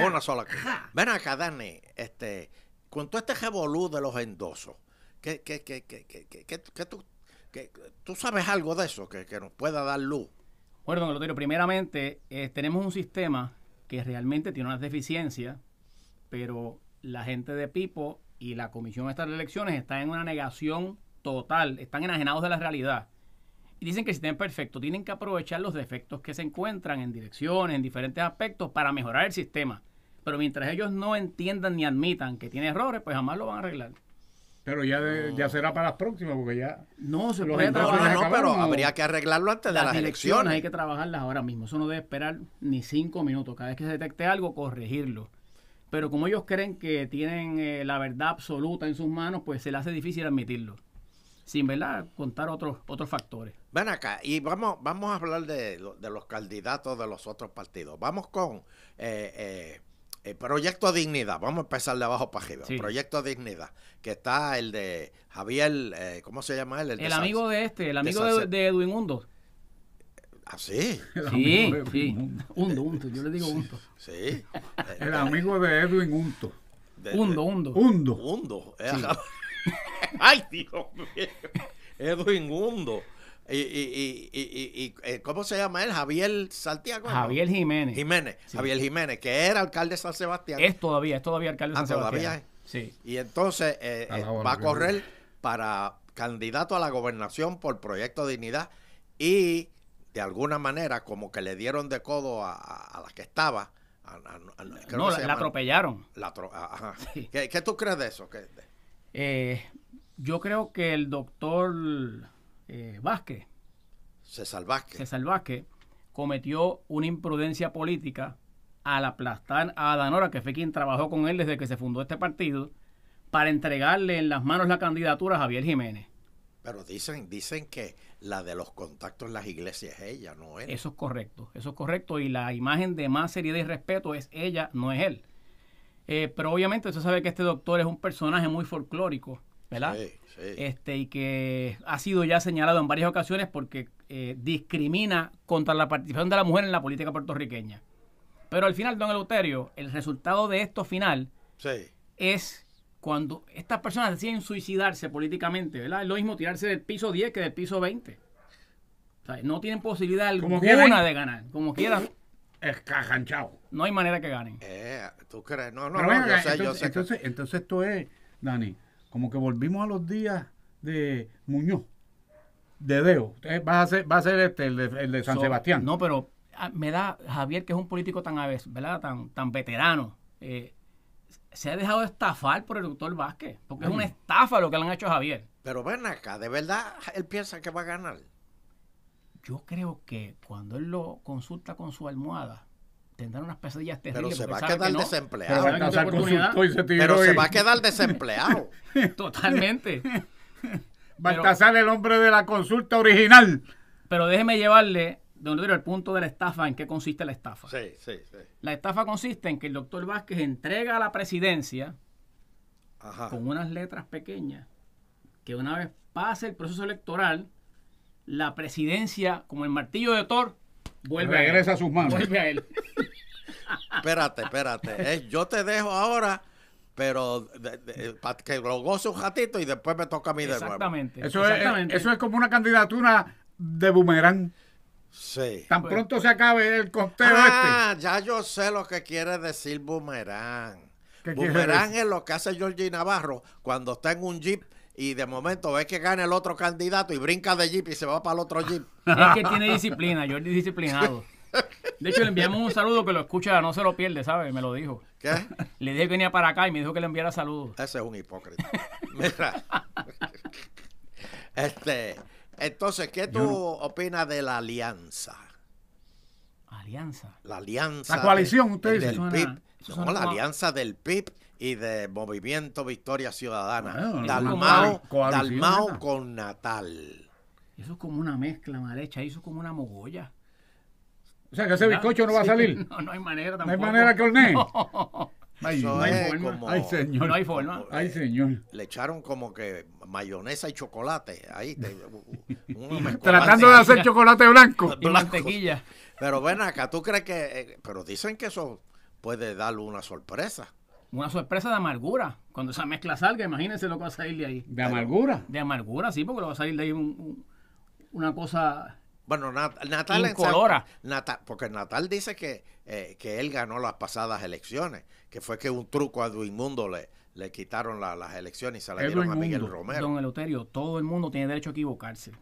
[SPEAKER 8] Una sola cosa. Ven acá, Dani, este, con todo este revolú de los endosos, ¿qué, qué, qué, qué, qué, qué- qué- qué tú, qué- tú sabes algo de eso que, que nos pueda dar luz?
[SPEAKER 9] Bueno, don Eleuterio, primeramente, eh, tenemos un sistema que realmente tiene unas deficiencias, pero la gente de Pipo y la Comisión Estatal de Elecciones están en una negación total, están enajenados de la realidad. Y dicen que el sistema es perfecto, tienen que aprovechar los defectos que se encuentran en direcciones, en diferentes aspectos, para mejorar el sistema. Pero mientras ellos no entiendan ni admitan que tiene errores, pues jamás lo van a arreglar.
[SPEAKER 1] Pero ya, de- ya será para las próximas, porque ya.
[SPEAKER 9] No se
[SPEAKER 1] Los
[SPEAKER 9] puede
[SPEAKER 1] endosos
[SPEAKER 8] No,
[SPEAKER 9] trabajar
[SPEAKER 8] no, no,
[SPEAKER 1] acabaron,
[SPEAKER 8] pero
[SPEAKER 1] ¿no?
[SPEAKER 8] habría que arreglarlo antes de
[SPEAKER 9] las
[SPEAKER 8] las
[SPEAKER 9] direcciones hay
[SPEAKER 8] elecciones.
[SPEAKER 9] que trabajarlas ahora mismo. Eso no debe esperar ni cinco minutos. Cada vez que se detecte algo, corregirlo. Pero como ellos creen que tienen eh, la verdad absoluta en sus manos, pues se les hace difícil admitirlo. Sin ¿verdad? contar otros, otros factores.
[SPEAKER 8] Ven acá, y vamos, vamos a hablar de, lo- de los candidatos de los otros partidos. Vamos con eh, eh, el Proyecto Dignidad. Vamos a empezar de abajo para arriba.
[SPEAKER 9] Sí.
[SPEAKER 8] Proyecto Dignidad, que está el de Javier, eh, ¿cómo se llama él?
[SPEAKER 9] El,
[SPEAKER 8] de
[SPEAKER 9] amigo
[SPEAKER 8] Sanz.
[SPEAKER 9] de este, el amigo de,
[SPEAKER 8] Sunset.
[SPEAKER 9] de Edwin Hundo.
[SPEAKER 8] Ah, sí,
[SPEAKER 1] El
[SPEAKER 9] Sí,
[SPEAKER 1] amigo de
[SPEAKER 9] sí.
[SPEAKER 1] Edwin Hundo.
[SPEAKER 9] Hundo, Hundo. Yo le digo Hundo.
[SPEAKER 8] sí.
[SPEAKER 9] *laughs*
[SPEAKER 8] Eh,
[SPEAKER 1] El amigo de Edwin Hunto.
[SPEAKER 8] de- de-
[SPEAKER 9] Hundo, Hundo.
[SPEAKER 1] Hundo.
[SPEAKER 8] Hundo. eh, *laughs* Ay, Dios mío. Edwin Hundo. Y, y- y- y- y- eh, ¿Cómo se llama él? Javier Santiago. ¿no?
[SPEAKER 9] Javier Jiménez.
[SPEAKER 8] Jiménez. Javier Jiménez, que era alcalde de San Sebastián.
[SPEAKER 9] Es todavía, es todavía alcalde de
[SPEAKER 8] Ah,
[SPEAKER 9] San Sebastián.
[SPEAKER 8] todavía es.
[SPEAKER 9] Sí.
[SPEAKER 8] Y entonces eh,
[SPEAKER 1] A la
[SPEAKER 8] eh,
[SPEAKER 1] hora,
[SPEAKER 8] va a
[SPEAKER 1] qué
[SPEAKER 8] correr para candidato a la gobernación por Proyecto Dignidad y de alguna manera como que le dieron de codo a, a- a la que estaba. a- a- a- creo
[SPEAKER 9] No,
[SPEAKER 8] que
[SPEAKER 9] la-
[SPEAKER 8] se
[SPEAKER 9] la
[SPEAKER 8] llama-
[SPEAKER 9] atropellaron.
[SPEAKER 8] la atro- ajá.
[SPEAKER 9] Sí.
[SPEAKER 8] ¿Qué, qué tú crees de eso? ¿Qué- de-
[SPEAKER 9] Eh, yo creo que el doctor eh, Vázquez,
[SPEAKER 8] César Vázquez.
[SPEAKER 9] César Vázquez, cometió una imprudencia política al aplastar a Adanora, que fue quien trabajó con él desde que se fundó este partido, para entregarle en las manos la candidatura a Javier Jiménez.
[SPEAKER 8] Pero dicen, dicen que la de los contactos en las iglesias es ella, no él.
[SPEAKER 9] Eso es correcto, eso es correcto. Y la imagen de más seriedad y respeto es ella, no es él. Eh, pero obviamente usted sabe que este doctor es un personaje muy folclórico, ¿verdad?
[SPEAKER 8] Sí, sí.
[SPEAKER 9] este, y que ha sido ya señalado en varias ocasiones porque eh, discrimina contra la participación de la mujer en la política puertorriqueña. Pero al final, don Eleuterio, el resultado de esto final
[SPEAKER 8] sí.
[SPEAKER 9] es cuando estas personas deciden suicidarse políticamente, ¿verdad? Es lo mismo tirarse del piso 10 que del piso 20. O sea, no tienen posibilidad
[SPEAKER 1] Como
[SPEAKER 9] alguna
[SPEAKER 1] quieran.
[SPEAKER 9] de ganar. Como quieran,
[SPEAKER 1] Escajanchado.
[SPEAKER 9] no hay manera que ganen.
[SPEAKER 8] Eh, ¿Tú crees? No, no,
[SPEAKER 1] Pero
[SPEAKER 8] no,
[SPEAKER 1] ven acá,
[SPEAKER 8] yo sé,
[SPEAKER 1] entonces,
[SPEAKER 8] yo sé.
[SPEAKER 1] entonces,
[SPEAKER 8] que-
[SPEAKER 1] entonces esto es, Dani, como que volvimos a los días de Muñoz, de Deo. Eh, Va a ser, va a ser este, el de, el de San
[SPEAKER 9] So,
[SPEAKER 1] Sebastián.
[SPEAKER 9] No, pero ah, me da Javier, que es un político tan aves- ¿verdad? Tan, tan veterano. eh, se ha dejado estafar por el doctor Vázquez. Porque es una estafa lo que le han hecho a Javier.
[SPEAKER 8] Pero ven acá, ¿de verdad él piensa que va a ganar?
[SPEAKER 9] Yo creo que cuando él lo consulta con su almohada, tendrá unas pesadillas
[SPEAKER 8] Pero
[SPEAKER 9] terribles.
[SPEAKER 8] se
[SPEAKER 9] porque
[SPEAKER 8] va a
[SPEAKER 9] sabe que
[SPEAKER 8] quedar
[SPEAKER 9] no.
[SPEAKER 1] Pero va a
[SPEAKER 9] ¿saben
[SPEAKER 8] desempleado.
[SPEAKER 9] que no
[SPEAKER 1] casar
[SPEAKER 9] tiene
[SPEAKER 1] con su
[SPEAKER 9] oportunidad?
[SPEAKER 1] to y se tiró
[SPEAKER 8] Pero se
[SPEAKER 1] y-
[SPEAKER 8] va a quedar desempleado.
[SPEAKER 9] *laughs* Totalmente.
[SPEAKER 1] *laughs* Baltasar, el hombre de la consulta original.
[SPEAKER 9] Pero déjeme llevarle, don Rodrigo, el punto de la estafa, en qué consiste la estafa.
[SPEAKER 8] *laughs* Sí, sí, sí.
[SPEAKER 9] La estafa consiste en que el doctor Vázquez entrega a la presidencia
[SPEAKER 8] Ajá.
[SPEAKER 9] con unas letras pequeñas que una vez pase el proceso electoral, la presidencia, como el martillo de Thor, vuelve
[SPEAKER 1] Regresa
[SPEAKER 9] a
[SPEAKER 1] a
[SPEAKER 9] él.
[SPEAKER 1] sus manos.
[SPEAKER 9] Vuelve a él.
[SPEAKER 8] Espérate, espérate. Eh, yo te dejo ahora, pero de- de- para que lo goce un ratito y después me toca a mí de nuevo.
[SPEAKER 9] Exactamente.
[SPEAKER 1] Eso es,
[SPEAKER 9] exactamente.
[SPEAKER 1] eso es como una candidatura de boomerang.
[SPEAKER 8] Sí.
[SPEAKER 1] Tan pronto se acabe el conteo este.
[SPEAKER 8] Ah, ya yo sé lo que quiere decir boomerang.
[SPEAKER 1] ¿Qué quiere
[SPEAKER 8] Boomerang
[SPEAKER 1] decir?
[SPEAKER 8] es lo que hace Georgie Navarro cuando está en un jeep y de momento ve que gana el otro candidato y brinca de jeep y se va para el otro jeep.
[SPEAKER 9] Es que tiene disciplina, Jordi es disciplinado. De hecho, le enviamos un saludo que lo escucha, no se lo pierde, ¿sabes? Me lo dijo.
[SPEAKER 8] ¿Qué?
[SPEAKER 9] Le dije que venía para acá y me dijo que le enviara saludos.
[SPEAKER 8] Ese es un hipócrita. *laughs* Mira. este, entonces, ¿qué tú opinas de la alianza?
[SPEAKER 9] Alianza.
[SPEAKER 8] La alianza.
[SPEAKER 1] La coalición, usted
[SPEAKER 8] del
[SPEAKER 1] dice.
[SPEAKER 8] del
[SPEAKER 9] Suena-
[SPEAKER 8] PIB.
[SPEAKER 9] eso
[SPEAKER 8] No,
[SPEAKER 9] suena
[SPEAKER 8] la
[SPEAKER 9] como-
[SPEAKER 8] alianza del PIB y de Movimiento Victoria Ciudadana.
[SPEAKER 1] Bueno, es una
[SPEAKER 8] Dalmao,
[SPEAKER 1] coalición,
[SPEAKER 8] Dalmao
[SPEAKER 1] ¿verdad?
[SPEAKER 8] con Natal.
[SPEAKER 9] Eso es como una mezcla mal hecha, eso es como una mogolla.
[SPEAKER 1] O sea que ese
[SPEAKER 9] ¿verdad?
[SPEAKER 1] bizcocho no va a
[SPEAKER 9] Sí,
[SPEAKER 1] salir.
[SPEAKER 9] *laughs* No, no hay manera
[SPEAKER 1] No hay
[SPEAKER 9] tampoco.
[SPEAKER 1] manera que
[SPEAKER 9] *laughs*
[SPEAKER 1] hornee.
[SPEAKER 9] No,
[SPEAKER 1] Ay,
[SPEAKER 8] Eso
[SPEAKER 1] no hay
[SPEAKER 8] es
[SPEAKER 1] forma.
[SPEAKER 8] como-
[SPEAKER 1] Ay, señor.
[SPEAKER 9] no hay forma.
[SPEAKER 1] Ay, señor.
[SPEAKER 8] Le echaron como que mayonesa y chocolate. Ahí. te-
[SPEAKER 1] *laughs*
[SPEAKER 8] uno mezcolate
[SPEAKER 1] Tratando de
[SPEAKER 8] ahí.
[SPEAKER 1] hacer chocolate blanco.
[SPEAKER 9] Y mantequilla.
[SPEAKER 8] Pero ven acá, ¿tú crees que.? eh, pero dicen que eso puede darle una sorpresa.
[SPEAKER 9] Una sorpresa de amargura. Cuando esa mezcla salga, imagínense lo que va a salir de ahí.
[SPEAKER 1] De amargura.
[SPEAKER 9] De amargura, sí, porque lo va a salir de ahí un- un- una cosa.
[SPEAKER 8] Bueno, Nat- Natal. en San-
[SPEAKER 9] Incolora.
[SPEAKER 8] Natal- porque Natal dice que, eh, que él ganó las pasadas elecciones, que fue que un truco a Edwin Mundo le, le quitaron la- las elecciones y se las dieron
[SPEAKER 1] Edwin
[SPEAKER 8] a Miguel
[SPEAKER 1] Mundo.
[SPEAKER 8] Romero.
[SPEAKER 9] Don Eleuterio, todo el mundo tiene derecho a equivocarse.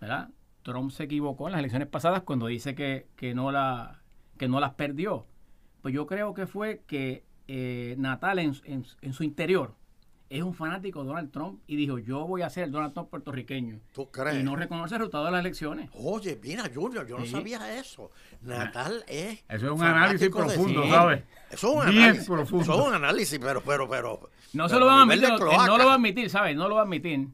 [SPEAKER 9] ¿Verdad? Trump se equivocó en las elecciones pasadas cuando dice que, que no, la, que no las perdió. Pues yo creo que fue que eh, Natal en, en- en su interior es un fanático de Donald Trump y dijo, yo voy a ser el Donald Trump puertorriqueño.
[SPEAKER 8] ¿Tú crees?
[SPEAKER 9] Y no reconoce el resultado de las elecciones.
[SPEAKER 8] Oye, mira, Junior, yo no
[SPEAKER 9] Sí.
[SPEAKER 8] sabía eso. Natal es.
[SPEAKER 1] Eso es un
[SPEAKER 8] fanático
[SPEAKER 1] análisis
[SPEAKER 8] de
[SPEAKER 1] profundo,
[SPEAKER 8] Trump.
[SPEAKER 1] ¿sabes?
[SPEAKER 8] Eso es un
[SPEAKER 1] Bien
[SPEAKER 8] análisis.
[SPEAKER 1] profundo.
[SPEAKER 8] Eso es un análisis, pero, pero, pero.
[SPEAKER 9] No se
[SPEAKER 8] pero
[SPEAKER 9] lo van a
[SPEAKER 8] nivel
[SPEAKER 9] admitir,
[SPEAKER 8] de
[SPEAKER 9] él
[SPEAKER 8] cloaca.
[SPEAKER 9] no lo va a admitir, ¿sabes? No lo va a admitir.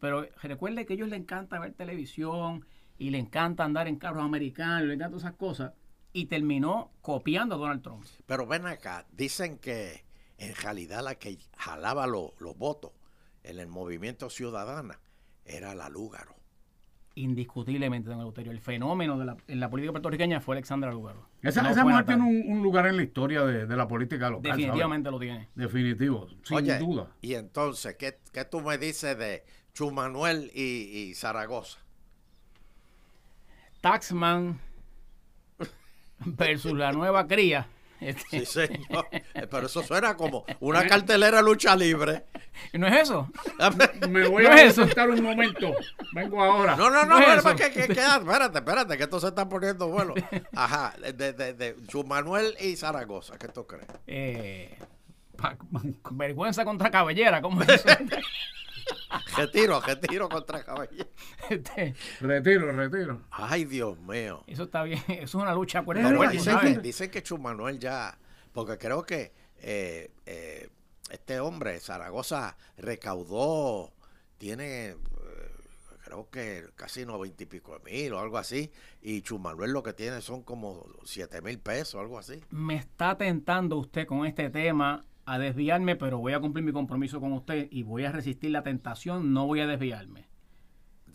[SPEAKER 9] Pero recuerde que a ellos les encanta ver televisión y le encanta andar en carros americanos, le encanta esas cosas. Y terminó copiando a Donald Trump.
[SPEAKER 8] Pero ven acá, dicen que en realidad la que jalaba lo- los votos en el movimiento ciudadana era la Lúgaro.
[SPEAKER 9] Indiscutiblemente, don Eleuterio. El fenómeno de la, en la política puertorriqueña fue Alexandra Lugaro.
[SPEAKER 1] Esa,
[SPEAKER 9] No
[SPEAKER 1] esa
[SPEAKER 9] fue
[SPEAKER 1] mujer
[SPEAKER 9] Natal.
[SPEAKER 1] tiene un, un lugar en la historia de, de la política local. ¿sabes?
[SPEAKER 9] Definitivamente lo tiene.
[SPEAKER 1] Definitivo, sin
[SPEAKER 8] Oye,
[SPEAKER 1] duda.
[SPEAKER 8] Y entonces, ¿qué, qué tú me dices de Chumanuel y,
[SPEAKER 1] *laughs*
[SPEAKER 8] y Zaragoza?
[SPEAKER 9] Taxman versus la nueva cría. Este,
[SPEAKER 8] Sí, señor. Eh, Pero eso suena como una cartelera de lucha libre. *laughs*
[SPEAKER 9] ¿No es eso?
[SPEAKER 1] *laughs* Me voy
[SPEAKER 9] No
[SPEAKER 1] a
[SPEAKER 9] es eso.
[SPEAKER 1] sentar un momento. Vengo ahora.
[SPEAKER 8] No, no, no,
[SPEAKER 9] No es
[SPEAKER 8] espérate,
[SPEAKER 9] eso.
[SPEAKER 8] que, que- que- espérate, espérate, que esto se está poniendo bueno. Ajá, de, de, de Chumanuel y Zaragoza, ¿qué tú crees?
[SPEAKER 9] Eh, pa- vergüenza contra cabellera, ¿cómo
[SPEAKER 1] *laughs*
[SPEAKER 9] es eso?
[SPEAKER 8] Retiro, retiro contra caballero.
[SPEAKER 9] Este,
[SPEAKER 1] Retiro, retiro.
[SPEAKER 8] Ay, Dios mío.
[SPEAKER 9] eso está bien. *laughs* Eso es una lucha a cuerpo a
[SPEAKER 8] Pero
[SPEAKER 9] cuerpo,
[SPEAKER 8] dicen, que,
[SPEAKER 9] ¿sabes?
[SPEAKER 8] dicen que Chumanuel ya, porque creo que eh, eh, este hombre, Zaragoza, recaudó, tiene, eh, creo que casi noventa y pico de mil o algo así, y Chumanuel lo que tiene son como siete mil pesos, algo así.
[SPEAKER 9] Me está tentando usted con este tema a desviarme, pero voy a cumplir mi compromiso con usted y voy a resistir la tentación, no voy a desviarme.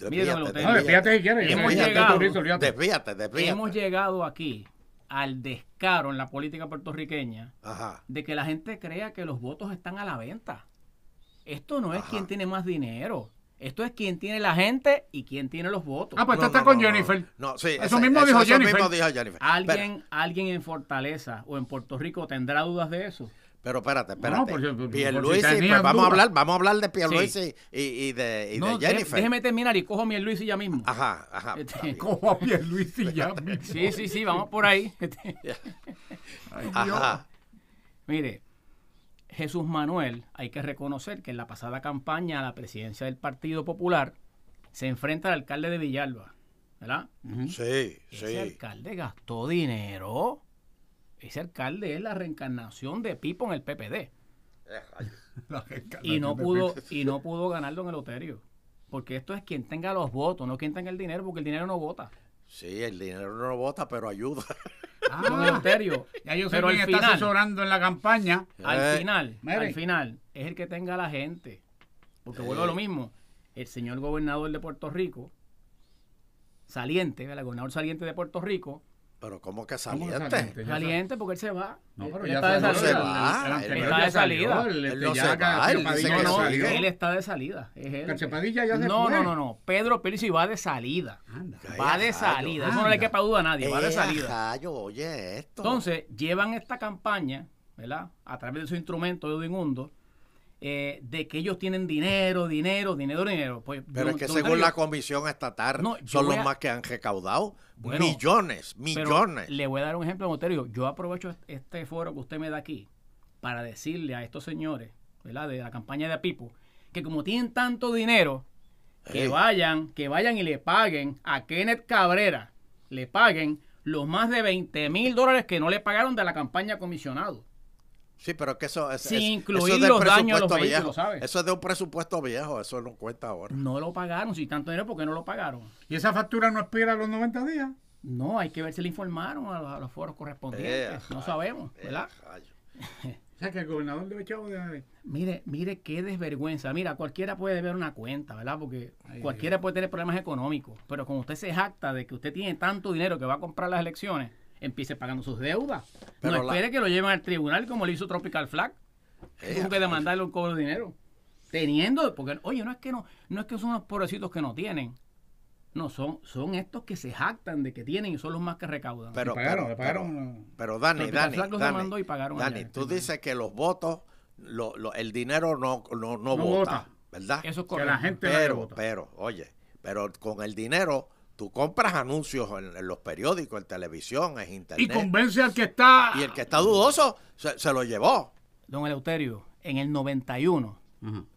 [SPEAKER 9] Mira,
[SPEAKER 8] Eh,
[SPEAKER 9] don
[SPEAKER 1] No, desfíjate si quieres.
[SPEAKER 9] Hemos
[SPEAKER 1] Olvídate,
[SPEAKER 9] llegado.
[SPEAKER 1] Torito, olvídate.
[SPEAKER 8] desvíate, desvíate.
[SPEAKER 9] Hemos llegado aquí al descaro en la política puertorriqueña
[SPEAKER 8] Ajá.
[SPEAKER 9] de que la gente crea que los votos están a la venta. Esto no es
[SPEAKER 8] Ajá.
[SPEAKER 9] quien tiene más dinero. Esto es quien tiene la gente y quien tiene los votos.
[SPEAKER 1] Ah, pues
[SPEAKER 8] No,
[SPEAKER 1] esta está
[SPEAKER 8] no,
[SPEAKER 1] con
[SPEAKER 8] no, no.
[SPEAKER 1] Jennifer.
[SPEAKER 8] No, sí,
[SPEAKER 1] Eso
[SPEAKER 8] ese-
[SPEAKER 1] mismo dijo
[SPEAKER 8] eso mismo
[SPEAKER 1] Jennifer.
[SPEAKER 8] dijo Jennifer.
[SPEAKER 9] ¿Alguien, alguien en Fortaleza o en Puerto Rico tendrá dudas de eso.
[SPEAKER 8] Pero espérate, espérate.
[SPEAKER 1] No, por si- por si
[SPEAKER 8] Pierluisi,
[SPEAKER 1] tenías
[SPEAKER 8] pues vamos a
[SPEAKER 1] dudas.
[SPEAKER 8] hablar, vamos a hablar de Pierluisi y, y de, y
[SPEAKER 9] No,
[SPEAKER 8] de Jennifer.
[SPEAKER 9] dé- déjeme terminar y cojo a mi Luis y ya mismo.
[SPEAKER 8] Ajá, ajá.
[SPEAKER 9] Este,
[SPEAKER 8] está bien.
[SPEAKER 1] Cojo a Pierluisi ya mismo.
[SPEAKER 9] Sí, sí, sí, vamos por ahí. *laughs* Este,
[SPEAKER 1] Ay, Dios.
[SPEAKER 8] Ajá.
[SPEAKER 9] Mire, Jesús Manuel, hay que reconocer que en la pasada campaña a la presidencia del Partido Popular se enfrenta al alcalde de Villalba, ¿verdad?
[SPEAKER 8] Sí,
[SPEAKER 9] Ese
[SPEAKER 8] sí.
[SPEAKER 9] alcalde gastó dinero. Ese alcalde es la reencarnación de Pipo en el PPD.
[SPEAKER 1] La gente-
[SPEAKER 9] Y no pudo, y no pudo ganarlo en el loterio. Porque esto es quien tenga los votos, no quien tenga el dinero, porque el dinero no vota.
[SPEAKER 8] Sí, el dinero no vota, pero ayuda. *laughs* Ah.
[SPEAKER 9] Don Eleuterio,
[SPEAKER 1] Ya yo sé
[SPEAKER 9] pero
[SPEAKER 1] quién
[SPEAKER 9] al
[SPEAKER 1] está
[SPEAKER 9] final,
[SPEAKER 1] asesorando en la campaña.
[SPEAKER 9] al
[SPEAKER 8] Eh.
[SPEAKER 9] final,
[SPEAKER 1] Mire.
[SPEAKER 9] al final, es el que tenga la gente. Porque vuelvo a
[SPEAKER 1] Eh.
[SPEAKER 9] lo mismo. El señor gobernador de Puerto Rico, saliente, ¿verdad? el gobernador saliente de Puerto Rico,
[SPEAKER 8] Pero ¿cómo
[SPEAKER 1] ¿Cómo
[SPEAKER 8] que
[SPEAKER 1] que
[SPEAKER 8] saliente?
[SPEAKER 1] Pues Ya
[SPEAKER 9] saliente porque él se va.
[SPEAKER 1] No, pero
[SPEAKER 9] Él
[SPEAKER 1] ya
[SPEAKER 9] está de
[SPEAKER 8] salió,
[SPEAKER 9] salida.
[SPEAKER 8] se va.
[SPEAKER 1] El anterior
[SPEAKER 9] Está
[SPEAKER 1] ya
[SPEAKER 9] de
[SPEAKER 1] salió,
[SPEAKER 9] salida.
[SPEAKER 1] el
[SPEAKER 8] Él
[SPEAKER 1] este
[SPEAKER 8] no
[SPEAKER 1] ya
[SPEAKER 8] se
[SPEAKER 1] acá,
[SPEAKER 8] va, él
[SPEAKER 1] Pancho
[SPEAKER 8] dice
[SPEAKER 1] Padilla
[SPEAKER 9] No,
[SPEAKER 8] que
[SPEAKER 1] ya
[SPEAKER 9] no,
[SPEAKER 1] salió.
[SPEAKER 9] él está de salida. Es él.
[SPEAKER 1] Cachepadilla ya se
[SPEAKER 9] no,
[SPEAKER 1] fue.
[SPEAKER 9] no, no, no. Pedro Pierluisi va de salida.
[SPEAKER 1] Anda.
[SPEAKER 9] Va
[SPEAKER 8] Ay,
[SPEAKER 9] de salida.
[SPEAKER 1] rayo,
[SPEAKER 9] Eso no le
[SPEAKER 1] anda.
[SPEAKER 9] quepa duda a nadie. Va de
[SPEAKER 8] Eh,
[SPEAKER 9] salida.
[SPEAKER 8] rayo, oye, esto.
[SPEAKER 9] Entonces, llevan esta campaña, ¿verdad? A través de su instrumento de Odimundo, eh, de que ellos tienen dinero, dinero, dinero, dinero. Pues,
[SPEAKER 8] pero es
[SPEAKER 9] yo-
[SPEAKER 8] que
[SPEAKER 9] don
[SPEAKER 8] según
[SPEAKER 9] Mario,
[SPEAKER 8] la comisión estatal,
[SPEAKER 9] No, yo
[SPEAKER 8] son
[SPEAKER 9] voy
[SPEAKER 8] los
[SPEAKER 9] a-
[SPEAKER 8] más que han recaudado.
[SPEAKER 9] Bueno,
[SPEAKER 8] millones,
[SPEAKER 9] pero
[SPEAKER 8] millones.
[SPEAKER 9] Le voy a dar un ejemplo, Moterio. Yo aprovecho este foro que usted me da aquí para decirle a estos señores, ¿verdad? De la campaña de Pipo, que como tienen tanto dinero, que
[SPEAKER 8] Ey.
[SPEAKER 9] vayan, que vayan y le paguen a Kenneth Cabrera, le paguen los más de 20 mil dólares que no le pagaron de la campaña a comisionado.
[SPEAKER 8] Sí, pero es que eso es.
[SPEAKER 9] Sin
[SPEAKER 8] es-
[SPEAKER 9] incluir
[SPEAKER 8] eso es del
[SPEAKER 9] los daños a los
[SPEAKER 8] presupuesto
[SPEAKER 9] vehículos,
[SPEAKER 8] viejo.
[SPEAKER 9] ¿sabes?
[SPEAKER 8] Eso es de un presupuesto viejo, eso no cuenta ahora.
[SPEAKER 9] No lo pagaron, si tanto dinero, ¿por qué no lo pagaron?
[SPEAKER 1] Y esa factura no expira los 90 días.
[SPEAKER 9] No, hay que ver si le informaron a los, a los foros correspondientes.
[SPEAKER 8] Eh,
[SPEAKER 9] no
[SPEAKER 8] ay,
[SPEAKER 9] sabemos,
[SPEAKER 8] eh,
[SPEAKER 9] ¿verdad?
[SPEAKER 8] rayo.
[SPEAKER 1] O sea que el gobernador debe echar de...
[SPEAKER 9] Mire, mire qué desvergüenza. Mira, cualquiera puede ver una cuenta, ¿verdad? Porque cualquiera puede tener problemas económicos. Pero como usted se jacta de que usted tiene tanto dinero que va a comprar las elecciones, empiece pagando sus deudas.
[SPEAKER 8] Pero
[SPEAKER 9] no
[SPEAKER 8] la-
[SPEAKER 9] espere que lo lleven al tribunal como le hizo Tropical Flag.
[SPEAKER 8] Eh,
[SPEAKER 9] Tuvo que
[SPEAKER 8] ay.
[SPEAKER 9] demandarle un cobro de dinero. Teniendo, porque, oye, no es que no, no es que son los pobrecitos que no tienen. No, son, son estos que se jactan de que tienen y son los más que recaudan.
[SPEAKER 8] Pero,
[SPEAKER 1] Le pagaron,
[SPEAKER 8] pero,
[SPEAKER 1] le pagaron
[SPEAKER 8] pero-
[SPEAKER 1] una-
[SPEAKER 8] pero Dani,
[SPEAKER 9] Pero
[SPEAKER 8] Dani,
[SPEAKER 9] Flag los
[SPEAKER 8] Dani,
[SPEAKER 9] demandó y pagaron
[SPEAKER 8] Dani,
[SPEAKER 9] allá.
[SPEAKER 8] tú dices que los votos, lo- lo- el dinero no, no, no,
[SPEAKER 1] vota.
[SPEAKER 8] vota, ¿verdad?
[SPEAKER 9] Eso es
[SPEAKER 1] Que
[SPEAKER 9] correcto.
[SPEAKER 1] la gente no le
[SPEAKER 8] pero,
[SPEAKER 1] vota.
[SPEAKER 8] pero, oye, pero con el dinero tú compras anuncios en, en los periódicos, en televisión, en
[SPEAKER 1] Y
[SPEAKER 8] internet.
[SPEAKER 1] convence al que está...
[SPEAKER 8] Y el que está dudoso se, se lo llevó.
[SPEAKER 9] Don Eleuterio, en el 91,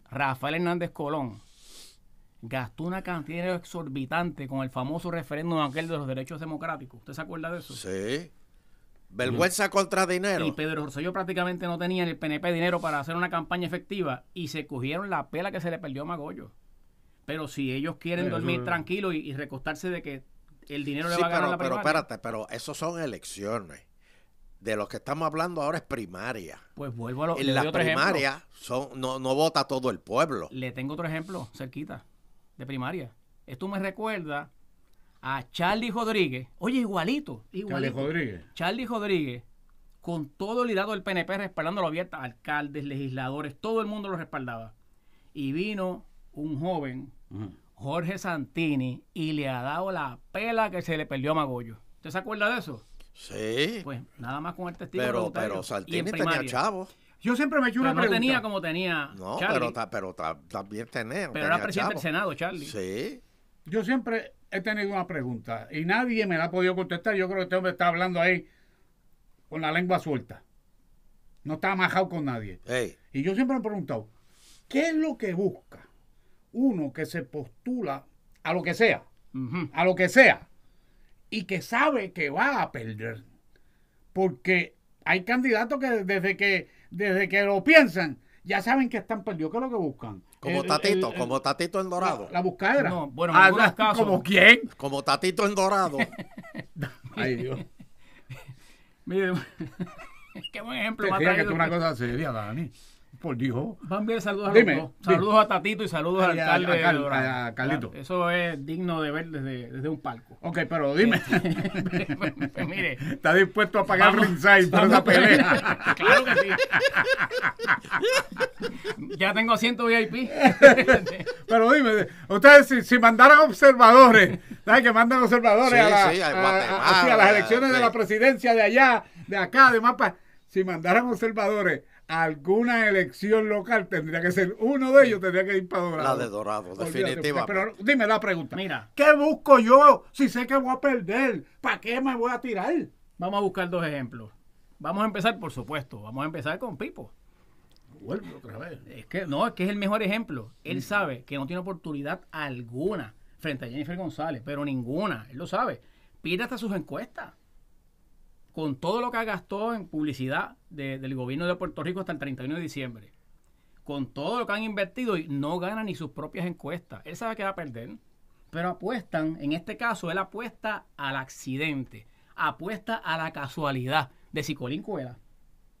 [SPEAKER 9] Rafael Hernández Colón gastó una cantidad de dinero exorbitante con el famoso referéndum aquel de los derechos democráticos. ¿Usted se acuerda de eso?
[SPEAKER 8] Sí. Vergüenza contra dinero.
[SPEAKER 9] Y Pedro Rosselló prácticamente no tenía en el PNP dinero para hacer una campaña efectiva y se cogieron la pela que se le perdió a Magollo. Pero si ellos quieren
[SPEAKER 1] Pero eso
[SPEAKER 9] dormir
[SPEAKER 1] es-
[SPEAKER 9] tranquilo y, y recostarse de que el dinero le
[SPEAKER 8] Sí,
[SPEAKER 9] va a ganar
[SPEAKER 8] pero,
[SPEAKER 9] la
[SPEAKER 8] pero
[SPEAKER 9] primaria,
[SPEAKER 8] espérate, pero eso son elecciones. De los que estamos hablando ahora es primaria.
[SPEAKER 9] pues vuelvo a lo le
[SPEAKER 8] en las
[SPEAKER 9] doy otro ejemplo.
[SPEAKER 8] primarias son, no, no vota todo el pueblo.
[SPEAKER 9] Le tengo otro ejemplo cerquita, de primaria. Esto me recuerda a Charlie Rodríguez. Oye, igualito.
[SPEAKER 1] Charlie
[SPEAKER 9] igualito.
[SPEAKER 1] Rodríguez.
[SPEAKER 9] Charlie Rodríguez, con todo el liderato del PNP respaldándolo abierta, alcaldes, legisladores, todo el mundo lo respaldaba. Y vino un joven, Jorge Santini, y le ha dado la pela que se le perdió a Magollo. ¿Usted se acuerda de eso?
[SPEAKER 8] Sí.
[SPEAKER 9] Pues nada más con el testigo.
[SPEAKER 8] Eh. pero,
[SPEAKER 9] voluntario.
[SPEAKER 8] pero
[SPEAKER 9] Y en
[SPEAKER 8] Saltini tenía
[SPEAKER 9] primaria.
[SPEAKER 8] chavos.
[SPEAKER 1] Yo siempre me he hecho
[SPEAKER 9] Pero
[SPEAKER 1] una
[SPEAKER 9] no
[SPEAKER 1] pregunta.
[SPEAKER 9] tenía como tenía
[SPEAKER 8] No,
[SPEAKER 9] Charlie,
[SPEAKER 8] pero, ta- pero ta- también tenía.
[SPEAKER 9] pero era
[SPEAKER 8] tenía
[SPEAKER 9] presidente
[SPEAKER 8] chavos.
[SPEAKER 9] del Senado, Charlie.
[SPEAKER 8] Sí.
[SPEAKER 1] Yo siempre he tenido una pregunta y nadie me la ha podido contestar. Yo creo que este hombre está hablando ahí con la lengua suelta. No está amajado con nadie.
[SPEAKER 8] Ey,
[SPEAKER 1] Y yo siempre me he preguntado, ¿qué es lo que busca uno que se postula a lo que sea?
[SPEAKER 9] Ujú.
[SPEAKER 1] A lo que sea. Y que sabe que va a perder. Porque hay candidatos que desde que, desde que lo piensan, ya saben que están perdidos. ¿Qué es lo que buscan?
[SPEAKER 8] como
[SPEAKER 1] El-
[SPEAKER 8] Tatito,
[SPEAKER 1] el- el-
[SPEAKER 8] como Tatito en Dorado.
[SPEAKER 1] La, la buscadera.
[SPEAKER 9] No, bueno, en algunos casos-
[SPEAKER 1] ¿Como quién?
[SPEAKER 9] *laughs*
[SPEAKER 8] Como Tatito en Dorado.
[SPEAKER 1] Ay, Dios.
[SPEAKER 9] Mire, *laughs* qué buen ejemplo. me ha
[SPEAKER 1] Fíjate que
[SPEAKER 9] traído.
[SPEAKER 1] es una cosa seria, Dani. Por Dios.
[SPEAKER 9] Van bien saludos a
[SPEAKER 1] Dime,
[SPEAKER 9] los dos.
[SPEAKER 1] dime.
[SPEAKER 9] Saludos a Tatito y saludos al
[SPEAKER 1] Ay, a-
[SPEAKER 9] alcalde.
[SPEAKER 1] a
[SPEAKER 9] de
[SPEAKER 1] Cal-
[SPEAKER 9] Dorado.
[SPEAKER 1] a- a Carlito.
[SPEAKER 9] Claro, Eso es digno de ver desde, desde un palco.
[SPEAKER 1] Ok,
[SPEAKER 9] *laughs*
[SPEAKER 1] pero dime. *laughs*
[SPEAKER 9] Pues mire.
[SPEAKER 1] ¿Estás dispuesto a pagar
[SPEAKER 9] vamos-
[SPEAKER 1] ringside por esa
[SPEAKER 9] vamos-
[SPEAKER 1] pelea?
[SPEAKER 9] *laughs* claro que sí. ya tengo asiento VIP.
[SPEAKER 1] *laughs* Pero dime, ustedes si, si mandaran observadores, ¿sabes que mandan observadores
[SPEAKER 8] Sí,
[SPEAKER 1] a, la-
[SPEAKER 8] sí, a
[SPEAKER 1] a- a-
[SPEAKER 8] Guatemala,
[SPEAKER 1] sí, a las elecciones
[SPEAKER 8] sí.
[SPEAKER 1] de la presidencia de allá, de acá, de mapa? Si mandaran observadores a alguna elección local, tendría que ser uno de ellos, tendría que ir para Dorado.
[SPEAKER 8] La de Dorado,
[SPEAKER 1] Olvídate,
[SPEAKER 8] definitiva.
[SPEAKER 1] Pero dime la pregunta.
[SPEAKER 9] Mira.
[SPEAKER 1] ¿Qué busco yo si sé que voy a perder? ¿Para qué me voy a tirar?
[SPEAKER 9] Vamos a buscar dos ejemplos. Vamos a empezar, por supuesto. Vamos a empezar con Pipo.
[SPEAKER 1] Vuelvo otra vez.
[SPEAKER 9] Es que no, es que es el mejor ejemplo. Él sabe que no tiene oportunidad alguna frente a Jennifer González, pero ninguna, él lo sabe. Pide hasta sus encuestas. Con todo lo que gastó en publicidad de- del gobierno de Puerto Rico hasta el 31 de diciembre. Con todo lo que han invertido y no gana ni sus propias encuestas. Él sabe que va a perder. Pero apuestan, en este caso, él apuesta al accidente. Apuesta a la casualidad de si Colín cuela.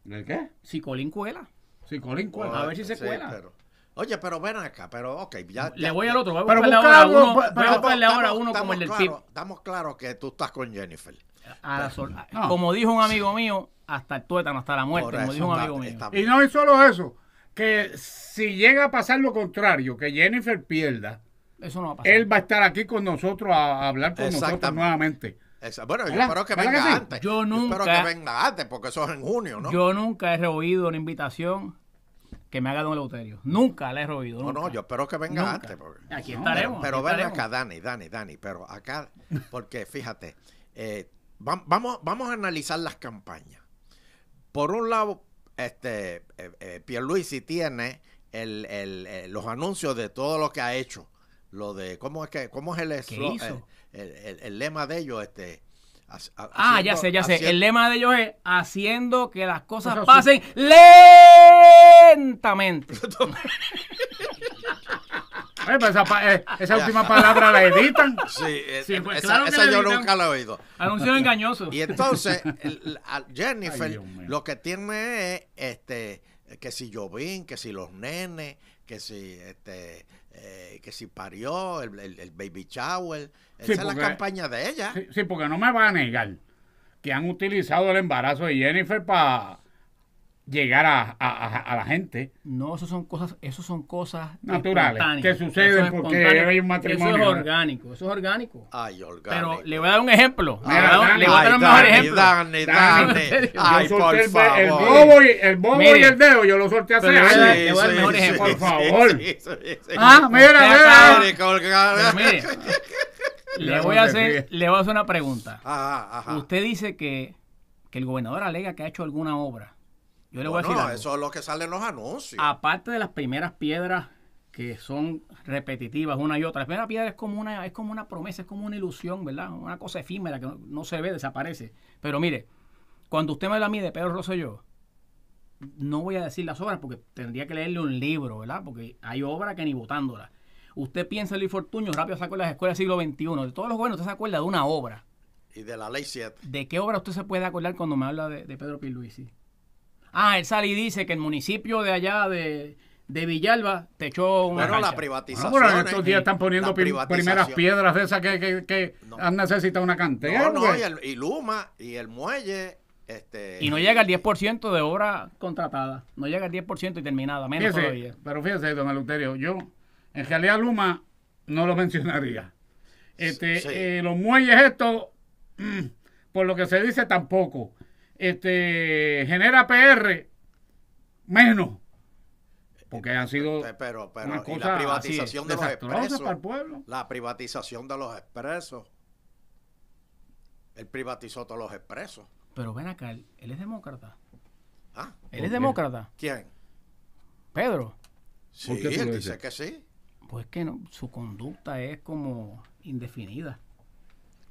[SPEAKER 1] ¿El qué?
[SPEAKER 9] Si Colín cuela.
[SPEAKER 1] Sí, Colín
[SPEAKER 8] Bueno,
[SPEAKER 1] Cuerda.
[SPEAKER 9] a ver si se
[SPEAKER 8] sí,
[SPEAKER 9] cuela.
[SPEAKER 8] pero- oye, pero ven acá, pero ok, ya.
[SPEAKER 9] Le
[SPEAKER 8] ya-
[SPEAKER 9] voy al otro, voy a
[SPEAKER 1] Pero
[SPEAKER 9] buscarle
[SPEAKER 1] busca
[SPEAKER 9] ahora
[SPEAKER 1] algo,
[SPEAKER 9] uno,
[SPEAKER 1] pero-
[SPEAKER 9] voy a
[SPEAKER 1] pero-
[SPEAKER 9] buscarle ahora
[SPEAKER 8] estamos-
[SPEAKER 9] uno como el del
[SPEAKER 8] estamos
[SPEAKER 9] PIB.
[SPEAKER 8] claros- Estamos claros que tú estás con Jennifer.
[SPEAKER 9] A la sol- a-
[SPEAKER 1] No.
[SPEAKER 9] Como dijo un amigo mío, hasta el tuétano, hasta la muerte,
[SPEAKER 8] Por
[SPEAKER 9] como
[SPEAKER 8] eso,
[SPEAKER 9] dijo un
[SPEAKER 8] está-
[SPEAKER 9] amigo mío.
[SPEAKER 8] está
[SPEAKER 1] Y no es solo eso, que si llega a pasar lo contrario, que Jennifer pierda,
[SPEAKER 9] Eso no va a pasar.
[SPEAKER 1] él va a estar aquí con nosotros a a hablar con nosotros
[SPEAKER 8] Exactamente.
[SPEAKER 1] nuevamente.
[SPEAKER 8] Esa- bueno, yo
[SPEAKER 1] ¿Verdad?
[SPEAKER 8] espero que
[SPEAKER 1] ¿Verdad
[SPEAKER 8] venga
[SPEAKER 1] que sí?
[SPEAKER 8] antes.
[SPEAKER 9] Yo
[SPEAKER 8] espero
[SPEAKER 9] nunca-
[SPEAKER 8] que venga antes, porque eso es en junio, ¿no?
[SPEAKER 9] Yo nunca he reoído una invitación que me haga Don Eleuterio. Nunca la he reoído.
[SPEAKER 8] no, no,
[SPEAKER 9] nunca.
[SPEAKER 8] yo espero que venga
[SPEAKER 9] Nunca.
[SPEAKER 8] antes. porque-
[SPEAKER 9] Aquí
[SPEAKER 8] No, Pero,
[SPEAKER 9] estaremos, aquí
[SPEAKER 8] pero ven
[SPEAKER 9] estaremos.
[SPEAKER 8] acá, Dani, Dani, Dani, pero acá, porque fíjate, eh, vam- vamos, vamos a analizar las campañas. Por un lado, este, eh, eh, Pierluisi tiene el, el, eh, los anuncios de todo lo que ha hecho. Lo de, ¿cómo es que, cómo es el, eslo-
[SPEAKER 9] hizo?
[SPEAKER 8] el, el- el- el lema de ellos? Este, haci- ha-
[SPEAKER 9] Ah,
[SPEAKER 8] haciendo-
[SPEAKER 9] ya sé, ya sé.
[SPEAKER 8] haci-
[SPEAKER 9] El lema de ellos es haciendo que las cosas
[SPEAKER 1] Cosas
[SPEAKER 9] pasen lentamente.
[SPEAKER 1] Eh, pues esa, pa-
[SPEAKER 8] *laughs*
[SPEAKER 1] eh, esa última palabra la editan.
[SPEAKER 8] Sí, eh,
[SPEAKER 9] Sí, pues
[SPEAKER 8] esa,
[SPEAKER 9] claro que
[SPEAKER 8] esa
[SPEAKER 9] le
[SPEAKER 8] yo
[SPEAKER 9] gritan.
[SPEAKER 8] nunca la he oído.
[SPEAKER 9] Anuncio engañoso.
[SPEAKER 1] *laughs*
[SPEAKER 8] *laughs* Y entonces, el- a Jennifer,
[SPEAKER 1] Ay, Dios mío.
[SPEAKER 8] lo que tiene es este, que si Jovín, que si los nenes, que si este, eh, que si parió, el, el- el baby shower. Esa
[SPEAKER 1] Sí,
[SPEAKER 8] es la
[SPEAKER 1] porque-
[SPEAKER 8] campaña de ella.
[SPEAKER 1] Sí, sí, porque no me va a negar que han utilizado el embarazo de Jennifer para llegar a, a- a- a la gente.
[SPEAKER 9] No, eso son cosas, eso son cosas
[SPEAKER 1] Naturales,
[SPEAKER 9] espontáneas.
[SPEAKER 1] que suceden
[SPEAKER 9] Eso es
[SPEAKER 1] porque
[SPEAKER 9] espontáneo.
[SPEAKER 1] hay un matrimonio,
[SPEAKER 9] Eso es
[SPEAKER 1] ¿verdad?
[SPEAKER 9] orgánico, eso es orgánico.
[SPEAKER 8] Ay, Olga.
[SPEAKER 9] Pero le voy a dar un ejemplo. Le voy a
[SPEAKER 1] Mira,
[SPEAKER 9] dar- le voy a
[SPEAKER 8] Ay,
[SPEAKER 9] dar un mejor
[SPEAKER 8] Dani,
[SPEAKER 9] ejemplo.
[SPEAKER 1] Dani,
[SPEAKER 8] Dani, Dani.
[SPEAKER 9] en serio.
[SPEAKER 8] Ay,
[SPEAKER 1] Yo
[SPEAKER 8] por
[SPEAKER 1] solté el,
[SPEAKER 8] favor.
[SPEAKER 1] el bobo, y, el, bobo
[SPEAKER 9] Mire.
[SPEAKER 1] y el dedo, yo lo solté hace
[SPEAKER 9] Pero le voy a dar-
[SPEAKER 1] años.
[SPEAKER 9] le voy a dar el mejor
[SPEAKER 8] sí,
[SPEAKER 9] ejemplo.
[SPEAKER 8] sí,
[SPEAKER 1] Por favor.
[SPEAKER 8] sí, sí, sí.
[SPEAKER 1] Ah, mira,
[SPEAKER 9] Usted
[SPEAKER 1] mira.
[SPEAKER 9] acaba-
[SPEAKER 8] Mire, Olga.
[SPEAKER 9] Pero mire, le
[SPEAKER 1] Ya
[SPEAKER 9] voy
[SPEAKER 1] no
[SPEAKER 9] a
[SPEAKER 1] se ríe.
[SPEAKER 9] hacer, le voy a hacer una pregunta.
[SPEAKER 8] Ajá, ajá.
[SPEAKER 9] Usted dice que, que el gobernador alega que ha hecho alguna obra. Yo le voy a decir
[SPEAKER 8] Bueno,
[SPEAKER 9] algo. Ah.
[SPEAKER 8] eso es lo que sale en los anuncios.
[SPEAKER 9] aparte de las primeras piedras que son repetitivas una y otra, la primera piedra es como una, es como una promesa, es como una ilusión, ¿verdad? Una cosa efímera que no, no se ve, desaparece. Pero mire, cuando usted me habla a mí de Pedro Rosselló, no voy a decir las obras porque tendría que leerle un libro, ¿verdad? Porque hay obras que ni votándolas. Usted piensa en Luis Fortuño, rápido sacó las escuelas del siglo XXI. De todos los gobiernos, usted se acuerda de una obra.
[SPEAKER 8] Y de la ley 7.
[SPEAKER 9] ¿De qué obra usted se puede acordar cuando me habla de, de Pedro Pierluisi? Ah, él sale y dice que el municipio de allá de, de Villalba te echó una
[SPEAKER 8] Bueno, la
[SPEAKER 9] cancha.
[SPEAKER 1] Ah,
[SPEAKER 8] privatización.
[SPEAKER 1] bueno, en estos días
[SPEAKER 8] eh,
[SPEAKER 1] están poniendo
[SPEAKER 8] la
[SPEAKER 1] prim-
[SPEAKER 8] privatización.
[SPEAKER 1] primeras piedras de esas que, que- que
[SPEAKER 8] No.
[SPEAKER 1] han necesitado una cantera. pues.
[SPEAKER 8] No, no,
[SPEAKER 1] güey.
[SPEAKER 8] y, el- y Luma y el muelle. Este,
[SPEAKER 9] Y no llega al 10% de obra contratada. No llega al 10% y terminada, menos
[SPEAKER 1] Fíjese,
[SPEAKER 9] todavía.
[SPEAKER 1] pero fíjese, don Eleuterio, yo en realidad Luma no lo *laughs* mencionaría. Este,
[SPEAKER 8] Sí.
[SPEAKER 1] eh, los muelles estos, mm, por lo que se dice tampoco. Este, genera PR menos. Porque han sido
[SPEAKER 8] pe- eh, Pero, pero,
[SPEAKER 1] una
[SPEAKER 8] y
[SPEAKER 1] cosa
[SPEAKER 8] la privatización
[SPEAKER 1] así,
[SPEAKER 8] de los
[SPEAKER 1] desastrosa para el
[SPEAKER 8] expresos.
[SPEAKER 1] pueblo.
[SPEAKER 8] La privatización de los expresos. Él privatizó todos los expresos.
[SPEAKER 9] Pero ven acá, él, él es demócrata.
[SPEAKER 8] Ah,
[SPEAKER 9] Él es demócrata.
[SPEAKER 8] ¿Quién?
[SPEAKER 9] Pedro.
[SPEAKER 8] Sí,
[SPEAKER 1] ¿Por qué tú
[SPEAKER 8] él
[SPEAKER 1] lo
[SPEAKER 8] dice
[SPEAKER 1] dices?
[SPEAKER 8] que sí.
[SPEAKER 9] Pues que no, su conducta es como indefinida.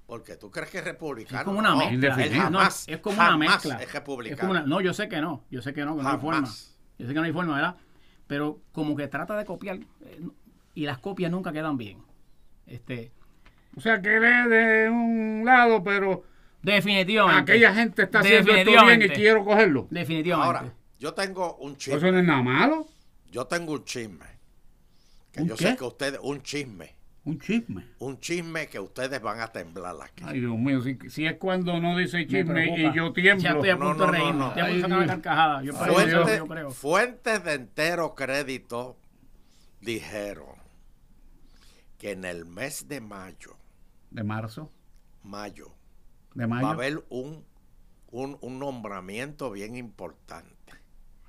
[SPEAKER 8] Porque tú crees que es republicano.
[SPEAKER 9] Es como una
[SPEAKER 8] No,
[SPEAKER 9] mezcla.
[SPEAKER 8] él
[SPEAKER 1] Indefinido.
[SPEAKER 9] No,
[SPEAKER 8] jamás,
[SPEAKER 9] es como una
[SPEAKER 8] jamás
[SPEAKER 9] mezcla.
[SPEAKER 8] Es republicano.
[SPEAKER 9] Es como una- no, yo sé que no. Yo sé que no, que no hay
[SPEAKER 8] Jamás.
[SPEAKER 9] forma. Yo sé que no hay forma, ¿verdad? Pero como que trata de copiar eh, no- y las copias nunca quedan bien. Este,
[SPEAKER 1] O sea, que él es de un lado, pero
[SPEAKER 9] definitivamente.
[SPEAKER 1] aquella gente está haciendo esto bien y
[SPEAKER 9] Definitivamente.
[SPEAKER 1] quiero cogerlo.
[SPEAKER 9] Definitivamente.
[SPEAKER 8] Ahora, yo tengo un chisme.
[SPEAKER 1] Eso no es nada malo.
[SPEAKER 8] Yo tengo un chisme. Que
[SPEAKER 1] ¿Un
[SPEAKER 8] yo
[SPEAKER 1] qué?
[SPEAKER 8] sé que ustedes, un chisme.
[SPEAKER 1] Un chisme.
[SPEAKER 8] Un chisme que ustedes van a temblar aquí.
[SPEAKER 1] Ay, Dios mío, si, si es cuando no dice
[SPEAKER 9] Me
[SPEAKER 1] chisme
[SPEAKER 9] preocupa.
[SPEAKER 1] y yo
[SPEAKER 9] Ya
[SPEAKER 1] tiemblo.
[SPEAKER 9] estoy a
[SPEAKER 8] No,
[SPEAKER 9] punto
[SPEAKER 8] no,
[SPEAKER 9] de reírme.
[SPEAKER 8] no, no.
[SPEAKER 9] Ya voy
[SPEAKER 1] Ay,
[SPEAKER 9] a sacar una
[SPEAKER 1] Dios.
[SPEAKER 9] carcajada. Yo,
[SPEAKER 1] Ay,
[SPEAKER 9] creo, yo
[SPEAKER 8] Fuentes,
[SPEAKER 9] creo, yo creo.
[SPEAKER 8] fuentes de entero crédito dijeron que en el mes de mayo,
[SPEAKER 1] De marzo,
[SPEAKER 8] mayo,
[SPEAKER 1] de
[SPEAKER 8] va a
[SPEAKER 1] mayo.
[SPEAKER 8] haber un, un, un nombramiento bien importante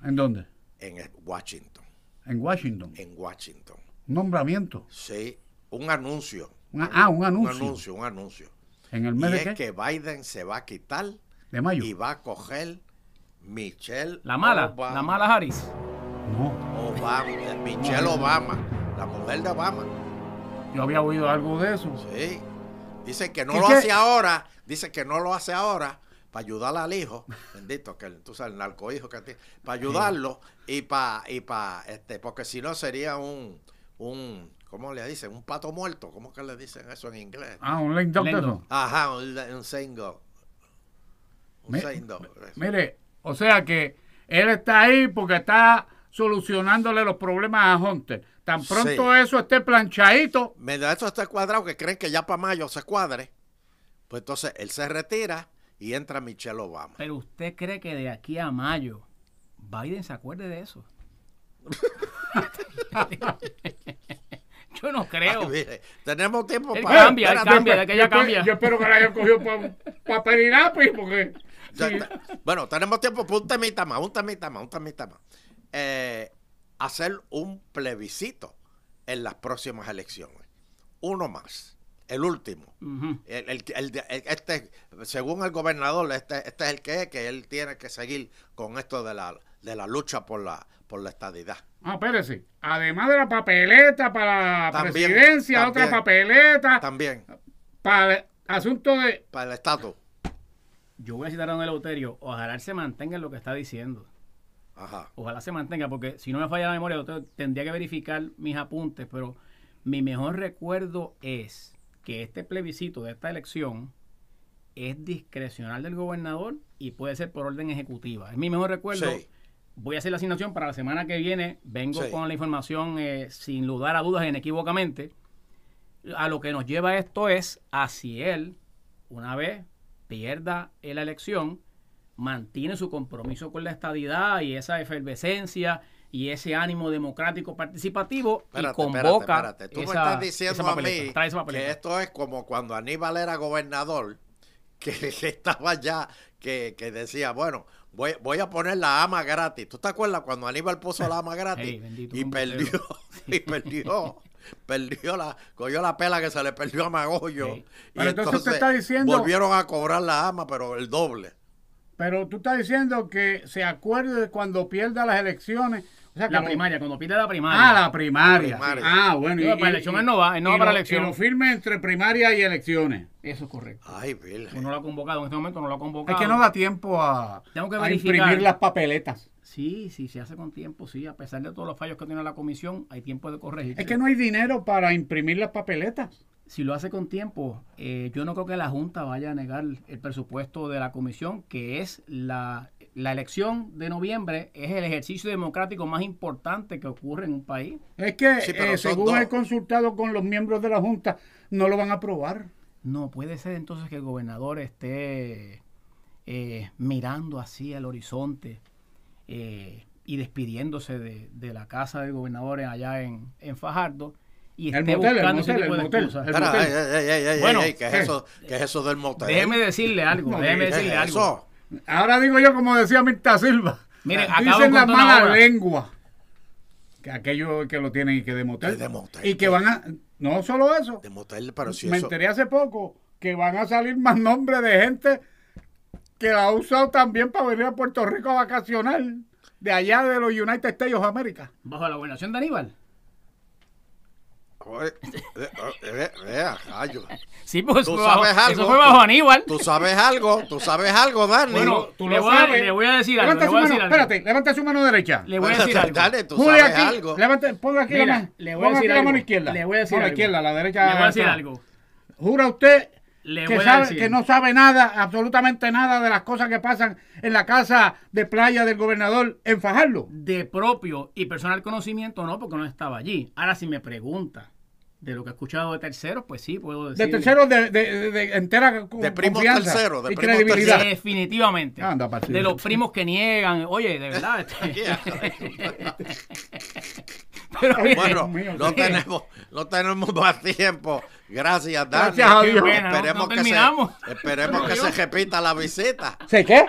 [SPEAKER 1] ¿En dónde?
[SPEAKER 8] en el- Washington.
[SPEAKER 1] En Washington.
[SPEAKER 8] En Washington.
[SPEAKER 1] Un nombramiento.
[SPEAKER 8] Sí, un anuncio.
[SPEAKER 1] Una- ah, un
[SPEAKER 8] Un
[SPEAKER 1] anuncio.
[SPEAKER 8] anuncio, un anuncio.
[SPEAKER 1] En el mes
[SPEAKER 8] Y
[SPEAKER 1] de,
[SPEAKER 8] es
[SPEAKER 1] qué?
[SPEAKER 8] que Biden se va a quitar
[SPEAKER 1] de mayo.
[SPEAKER 8] y va a coger Michelle
[SPEAKER 9] La mala,
[SPEAKER 8] Obama.
[SPEAKER 9] la mala Harris.
[SPEAKER 1] No,
[SPEAKER 8] Obama, eh, Michelle Obama, la mujer de Obama.
[SPEAKER 1] yo había oído algo de eso.
[SPEAKER 8] Sí. Dicen que no
[SPEAKER 1] ¿Qué,
[SPEAKER 8] lo
[SPEAKER 1] qué?
[SPEAKER 8] hace ahora, dicen que no lo hace ahora para ayudar al hijo, *laughs* bendito que el- tú sabes el narco hijo que tiene, para ayudarlo y para y para este porque si no sería un un ¿cómo le dicen? un pato muerto, ¿cómo que le dicen eso en inglés?
[SPEAKER 1] Ah, un link doctor.
[SPEAKER 9] Lendo.
[SPEAKER 1] no.
[SPEAKER 8] Ajá, un, un single. Un
[SPEAKER 1] Me-
[SPEAKER 8] single.
[SPEAKER 1] Mire, o sea que él está ahí porque está solucionándole los problemas a Hunter. Tan pronto
[SPEAKER 8] Sí.
[SPEAKER 1] eso esté planchadito,
[SPEAKER 8] Me da eso está cuadrado que creen que ya para mayo se cuadre. Pues entonces él se retira y entra Michelle Obama.
[SPEAKER 9] Pero usted cree que de aquí a mayo Biden se acuerde de eso. *laughs* yo no creo.
[SPEAKER 8] Ay, mire, tenemos tiempo
[SPEAKER 9] Él
[SPEAKER 8] para.
[SPEAKER 9] cambia, él
[SPEAKER 8] espérate,
[SPEAKER 9] cambia. de que ella
[SPEAKER 1] Eh, yo, espe-
[SPEAKER 9] cambia.
[SPEAKER 1] yo espero que la hayan cogido pa- papel y lápiz porque...
[SPEAKER 8] Ya
[SPEAKER 1] sí.
[SPEAKER 8] está. Bueno, tenemos tiempo para un temita más, un temita más, un temita más. Eh, hacer un plebiscito en las próximas elecciones. Uno más. El último.
[SPEAKER 9] Ujú.
[SPEAKER 8] El- el- el de- el- este, según el gobernador, este, este es el que es, que él tiene que seguir con esto de la, de la lucha por la, por la estadidad.
[SPEAKER 1] Ah, espérese. Además de la papeleta para la
[SPEAKER 8] También,
[SPEAKER 1] presidencia,
[SPEAKER 8] también.
[SPEAKER 1] otra papeleta
[SPEAKER 8] También,
[SPEAKER 1] para el asunto de
[SPEAKER 8] para el estatus.
[SPEAKER 9] Yo voy a citar a Don Eleuterio. Ojalá él se mantenga en lo que está diciendo.
[SPEAKER 8] Ajá.
[SPEAKER 9] Ojalá se mantenga, porque si no me falla la memoria, yo te- tendría que verificar mis apuntes, pero mi mejor recuerdo es que este plebiscito de esta elección es discrecional del gobernador y puede ser por orden ejecutiva. Es mi mejor recuerdo.
[SPEAKER 8] Sí.
[SPEAKER 9] Voy a hacer la asignación para la semana que viene. Vengo
[SPEAKER 8] Sí.
[SPEAKER 9] con la información eh, sin lugar a dudas, inequívocamente. A lo que nos lleva esto es a si él, una vez pierda en la elección, mantiene su compromiso con la estadidad y esa efervescencia y ese ánimo democrático participativo y
[SPEAKER 8] Espérate, espérate,
[SPEAKER 9] convoca
[SPEAKER 8] espérate. Tú
[SPEAKER 9] esa-
[SPEAKER 8] me estás
[SPEAKER 9] esa
[SPEAKER 8] diciendo a
[SPEAKER 9] papeleta.
[SPEAKER 8] mí
[SPEAKER 9] Trae esa papeleta.
[SPEAKER 8] que esto es como cuando Aníbal era gobernador, que, *laughs* que estaba ya, que, que decía, bueno, voy, voy a poner la ama gratis. ¿Tú te acuerdas cuando Aníbal puso la ama gratis?
[SPEAKER 9] Ey, bendito,
[SPEAKER 8] y
[SPEAKER 9] un
[SPEAKER 8] perdió, *laughs* y perdió, perdió la, cogió la pela que se le perdió a Magollo.
[SPEAKER 9] Ey.
[SPEAKER 8] Y
[SPEAKER 1] Pero entonces usted está diciendo-
[SPEAKER 8] Volvieron a cobrar la ama, pero el doble.
[SPEAKER 1] Pero tú estás diciendo que se acuerde de cuando pierda las elecciones. O sea, que
[SPEAKER 9] la
[SPEAKER 1] lo-
[SPEAKER 9] primaria, cuando pide la primaria.
[SPEAKER 1] Ah, la primaria.
[SPEAKER 8] Primaria.
[SPEAKER 1] Ah, bueno.
[SPEAKER 9] Digo, para elección él no va, él no
[SPEAKER 1] y
[SPEAKER 9] va para
[SPEAKER 1] lo-
[SPEAKER 9] elección.
[SPEAKER 1] Y lo firme entre primaria y elecciones.
[SPEAKER 9] Eso es correcto.
[SPEAKER 8] Ay, virgen.
[SPEAKER 9] No lo ha convocado, en este momento no lo ha convocado.
[SPEAKER 1] Es
[SPEAKER 8] Ah.
[SPEAKER 1] que no da tiempo a,
[SPEAKER 9] Tengo que
[SPEAKER 1] a
[SPEAKER 9] verificar.
[SPEAKER 1] imprimir las papeletas.
[SPEAKER 9] Sí, sí, se hace con tiempo, sí. A pesar de todos los fallos que tiene la comisión, hay tiempo de corregir.
[SPEAKER 1] Es que no hay dinero para imprimir las papeletas.
[SPEAKER 9] Si lo hace con tiempo, eh, yo no creo que la Junta vaya a negar el presupuesto de la comisión, que es la, la elección de noviembre, es el ejercicio democrático más importante que ocurre en un país.
[SPEAKER 1] Es que
[SPEAKER 8] Sí, pero
[SPEAKER 1] eh,
[SPEAKER 8] son
[SPEAKER 1] según
[SPEAKER 8] dos.
[SPEAKER 1] he consultado con los miembros de la Junta, no lo van a aprobar.
[SPEAKER 9] No puede ser entonces que el gobernador esté eh, mirando así al horizonte eh, y despidiéndose de, de la casa del gobernador allá en, en Fajardo y
[SPEAKER 1] El
[SPEAKER 9] esté
[SPEAKER 1] motel, el
[SPEAKER 9] buscando ese
[SPEAKER 1] motel,
[SPEAKER 9] tipo
[SPEAKER 1] el
[SPEAKER 9] de
[SPEAKER 1] motel,
[SPEAKER 9] excusas.
[SPEAKER 1] el-
[SPEAKER 8] Espera,
[SPEAKER 1] motel.
[SPEAKER 8] ey, ey, ey, ey,
[SPEAKER 9] Bueno,
[SPEAKER 8] ey, ¿qué es
[SPEAKER 1] eh.
[SPEAKER 8] eso? ¿Qué es eso del motel?
[SPEAKER 9] Déjeme decirle algo,
[SPEAKER 1] No, eh,
[SPEAKER 9] déjeme
[SPEAKER 8] ¿Qué es
[SPEAKER 9] decirle algo.
[SPEAKER 8] eso?
[SPEAKER 1] Ahora digo yo, como decía Mirta Silva,
[SPEAKER 9] Mire, acabo
[SPEAKER 1] dicen la
[SPEAKER 9] con una
[SPEAKER 1] mala
[SPEAKER 9] hora.
[SPEAKER 1] lengua. Que aquellos que lo tienen y que de motel.
[SPEAKER 8] Que de motel.
[SPEAKER 1] Y que van a. No solo eso.
[SPEAKER 8] De motel, pero si
[SPEAKER 1] Me
[SPEAKER 8] eso...
[SPEAKER 1] enteré hace poco que van a salir más nombres de gente que la ha usado también para venir a Puerto Rico a vacacionar. De allá de los United States of America.
[SPEAKER 9] Bajo la gobernación de Aníbal.
[SPEAKER 8] Oye, eh, eh, eh, eh, rayo.
[SPEAKER 9] Sí, pues
[SPEAKER 8] Tú
[SPEAKER 9] eso fue bajo-
[SPEAKER 8] sabes algo,
[SPEAKER 9] eso fue bajo
[SPEAKER 8] tú-
[SPEAKER 9] Aníbal.
[SPEAKER 8] Tú sabes algo, tú sabes algo, Dani.
[SPEAKER 9] Bueno,
[SPEAKER 1] Tú
[SPEAKER 9] le,
[SPEAKER 1] lo
[SPEAKER 9] voy a,
[SPEAKER 1] sabes.
[SPEAKER 9] le voy a decir algo.
[SPEAKER 1] Levanta
[SPEAKER 9] Le
[SPEAKER 1] su
[SPEAKER 9] voy a
[SPEAKER 1] mano,
[SPEAKER 9] decir algo.
[SPEAKER 1] espérate, levanta su mano derecha.
[SPEAKER 9] Le voy
[SPEAKER 8] *laughs*
[SPEAKER 9] a decir algo.
[SPEAKER 8] Dani, tú
[SPEAKER 1] Ponle
[SPEAKER 8] sabes
[SPEAKER 1] aquí,
[SPEAKER 8] algo.
[SPEAKER 1] levanta- ponga aquí la
[SPEAKER 9] Mira,
[SPEAKER 1] mano.
[SPEAKER 9] le voy a
[SPEAKER 1] ponga aquí
[SPEAKER 9] decir
[SPEAKER 1] la
[SPEAKER 9] algo.
[SPEAKER 1] mano izquierda.
[SPEAKER 9] Le voy a decir
[SPEAKER 1] No, la
[SPEAKER 9] algo.
[SPEAKER 1] izquierda, la derecha.
[SPEAKER 9] Le voy a decir
[SPEAKER 1] atrás.
[SPEAKER 9] algo.
[SPEAKER 1] Jura usted
[SPEAKER 9] Le
[SPEAKER 1] que,
[SPEAKER 9] voy a
[SPEAKER 1] sabe,
[SPEAKER 9] decir.
[SPEAKER 1] que no sabe nada, absolutamente nada de las cosas que pasan en la casa de playa del gobernador en Fajardo.
[SPEAKER 9] De propio y personal conocimiento no, porque no estaba allí. Ahora, si me pregunta de lo que he escuchado de terceros, pues sí, puedo decir.
[SPEAKER 1] De terceros de, de- de- de entera co-
[SPEAKER 8] De primos
[SPEAKER 1] confianza
[SPEAKER 8] terceros, de
[SPEAKER 1] y
[SPEAKER 8] primos
[SPEAKER 1] credibilidad.
[SPEAKER 8] terceros.
[SPEAKER 9] Definitivamente.
[SPEAKER 1] Anda, partido.
[SPEAKER 9] de los primos que niegan. Oye, de
[SPEAKER 8] *laughs*
[SPEAKER 9] verdad.
[SPEAKER 8] Aquí,
[SPEAKER 9] este-
[SPEAKER 8] rayo.
[SPEAKER 9] *laughs* Pero, mire,
[SPEAKER 8] Bueno,
[SPEAKER 1] mío,
[SPEAKER 8] no
[SPEAKER 1] sí.
[SPEAKER 8] tenemos, no tenemos más tiempo. Gracias, Dani.
[SPEAKER 1] Gracias a Dios.
[SPEAKER 9] Qué pena, no-
[SPEAKER 8] Esperemos
[SPEAKER 9] no
[SPEAKER 8] que,
[SPEAKER 9] terminamos.
[SPEAKER 8] se, esperemos que se repita la visita.
[SPEAKER 1] ¿Se qué?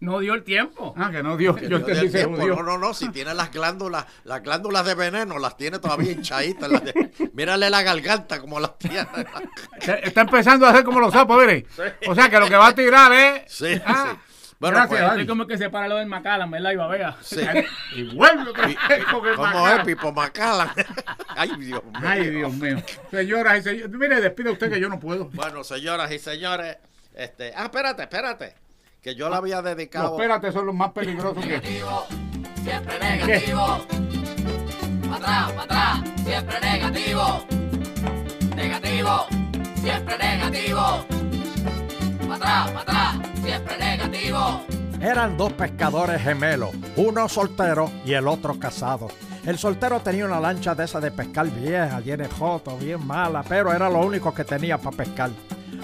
[SPEAKER 9] no dio el tiempo.
[SPEAKER 1] Ah, que no dio.
[SPEAKER 8] Que
[SPEAKER 1] Yo
[SPEAKER 8] Dios dé
[SPEAKER 1] entendí se
[SPEAKER 8] tiempo.
[SPEAKER 1] jodió.
[SPEAKER 8] No, no, no. Si tiene las glándulas, las glándulas de veneno, las tiene todavía hinchaditas. las de- Mírale la garganta como las tiene. *laughs*
[SPEAKER 1] Está está empezando a hacer como los sapos, mire. O sea que lo que va a tirar es.
[SPEAKER 8] Sí,
[SPEAKER 1] Ah,
[SPEAKER 8] sí. Bueno,
[SPEAKER 1] gracias,
[SPEAKER 8] pues,
[SPEAKER 9] Estoy como que se para lo del Macallan, ¿verdad? Y babea.
[SPEAKER 8] sí.
[SPEAKER 1] Y vuelve otra vez con el
[SPEAKER 8] Como
[SPEAKER 1] Macallan.
[SPEAKER 8] es
[SPEAKER 1] *laughs*
[SPEAKER 8] Pipo Macala. Ay, Dios mío.
[SPEAKER 1] Ay, Dios mío. Señoras y señores. Mire, despide usted que yo no puedo.
[SPEAKER 8] Bueno, señoras y señores, este, ah, espérate, espérate, que yo la había
[SPEAKER 1] Los
[SPEAKER 8] dedicado.
[SPEAKER 1] pérate son los más peligrosos que.
[SPEAKER 2] siempre negativo. Pa' atrás, pa' atrás, siempre negativo. Negativo, siempre negativo. Pa' atrás, pa' atrás, siempre negativo.
[SPEAKER 5] Eran dos pescadores gemelos, uno soltero y el otro casado. El soltero tenía una lancha de esa de pescar vieja, llena de joto, bien mala, pero era lo único que tenía para pescar.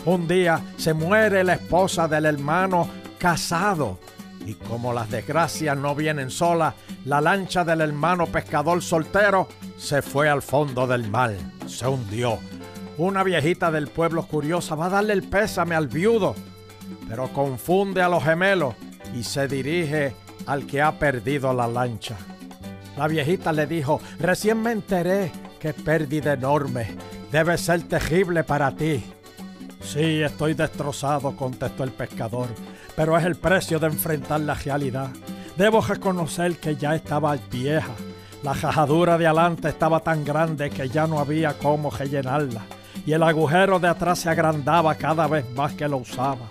[SPEAKER 5] Un día se muere la esposa del hermano casado. Y como las desgracias no vienen solas, la lancha del hermano pescador soltero se fue al fondo del mar, se hundió. Una viejita del pueblo curiosa va a darle el pésame al viudo pero confunde a los gemelos y se dirige al que ha perdido la lancha. La viejita le dijo, recién me enteré que pérdida enorme, debe ser terrible para ti. Sí, estoy destrozado, contestó el pescador, pero es el precio de enfrentar la realidad. Debo reconocer que ya estaba vieja. La jajadura de adelante estaba tan grande que ya no había cómo rellenarla, y el agujero de atrás se agrandaba cada vez más que lo usaba.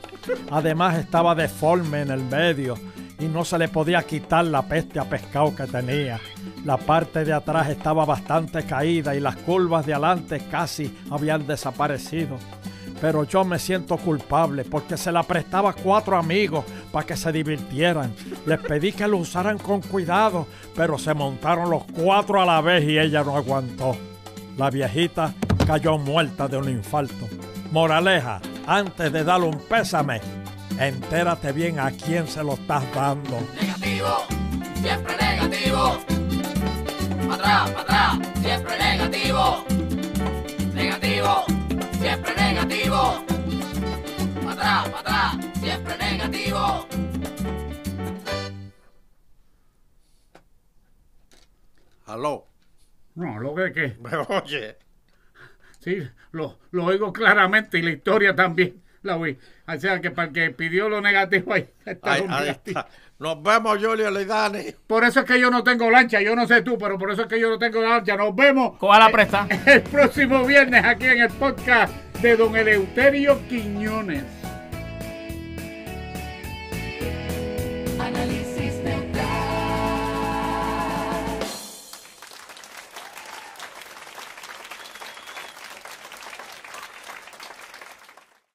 [SPEAKER 5] Además estaba deforme en el medio y no se le podía quitar la peste a pescado que tenía. La parte de atrás estaba bastante caída y las curvas de adelante casi habían desaparecido. Pero yo me siento culpable porque se la prestaba a cuatro amigos para que se divirtieran. Les pedí que lo usaran con cuidado, pero se montaron los cuatro a la vez y ella no aguantó. La viejita cayó muerta de un infarto. Moraleja, antes de darle un pésame, entérate bien a quién se lo estás dando.
[SPEAKER 2] negativo, siempre negativo. Para atrás, para atrás, siempre negativo. Negativo, siempre negativo. Para atrás, para atrás, siempre negativo.
[SPEAKER 8] Aló.
[SPEAKER 1] No, lo que que.
[SPEAKER 8] Me oye.
[SPEAKER 1] Sí, lo, lo oigo claramente y la historia también la oí. O sea que para el que pidió lo negativo ahí *laughs* está
[SPEAKER 8] Ahí,
[SPEAKER 1] lo
[SPEAKER 8] ahí
[SPEAKER 1] negativo.
[SPEAKER 8] está. Nos vemos, Julio Lidani.
[SPEAKER 1] Por eso es que yo no tengo lancha, yo no sé tú, pero por eso es que yo no tengo lancha. Nos vemos
[SPEAKER 9] Coja la presta.
[SPEAKER 1] *laughs* el próximo viernes aquí en el podcast de Don Eleuterio Quiñones.
[SPEAKER 2] Analiza.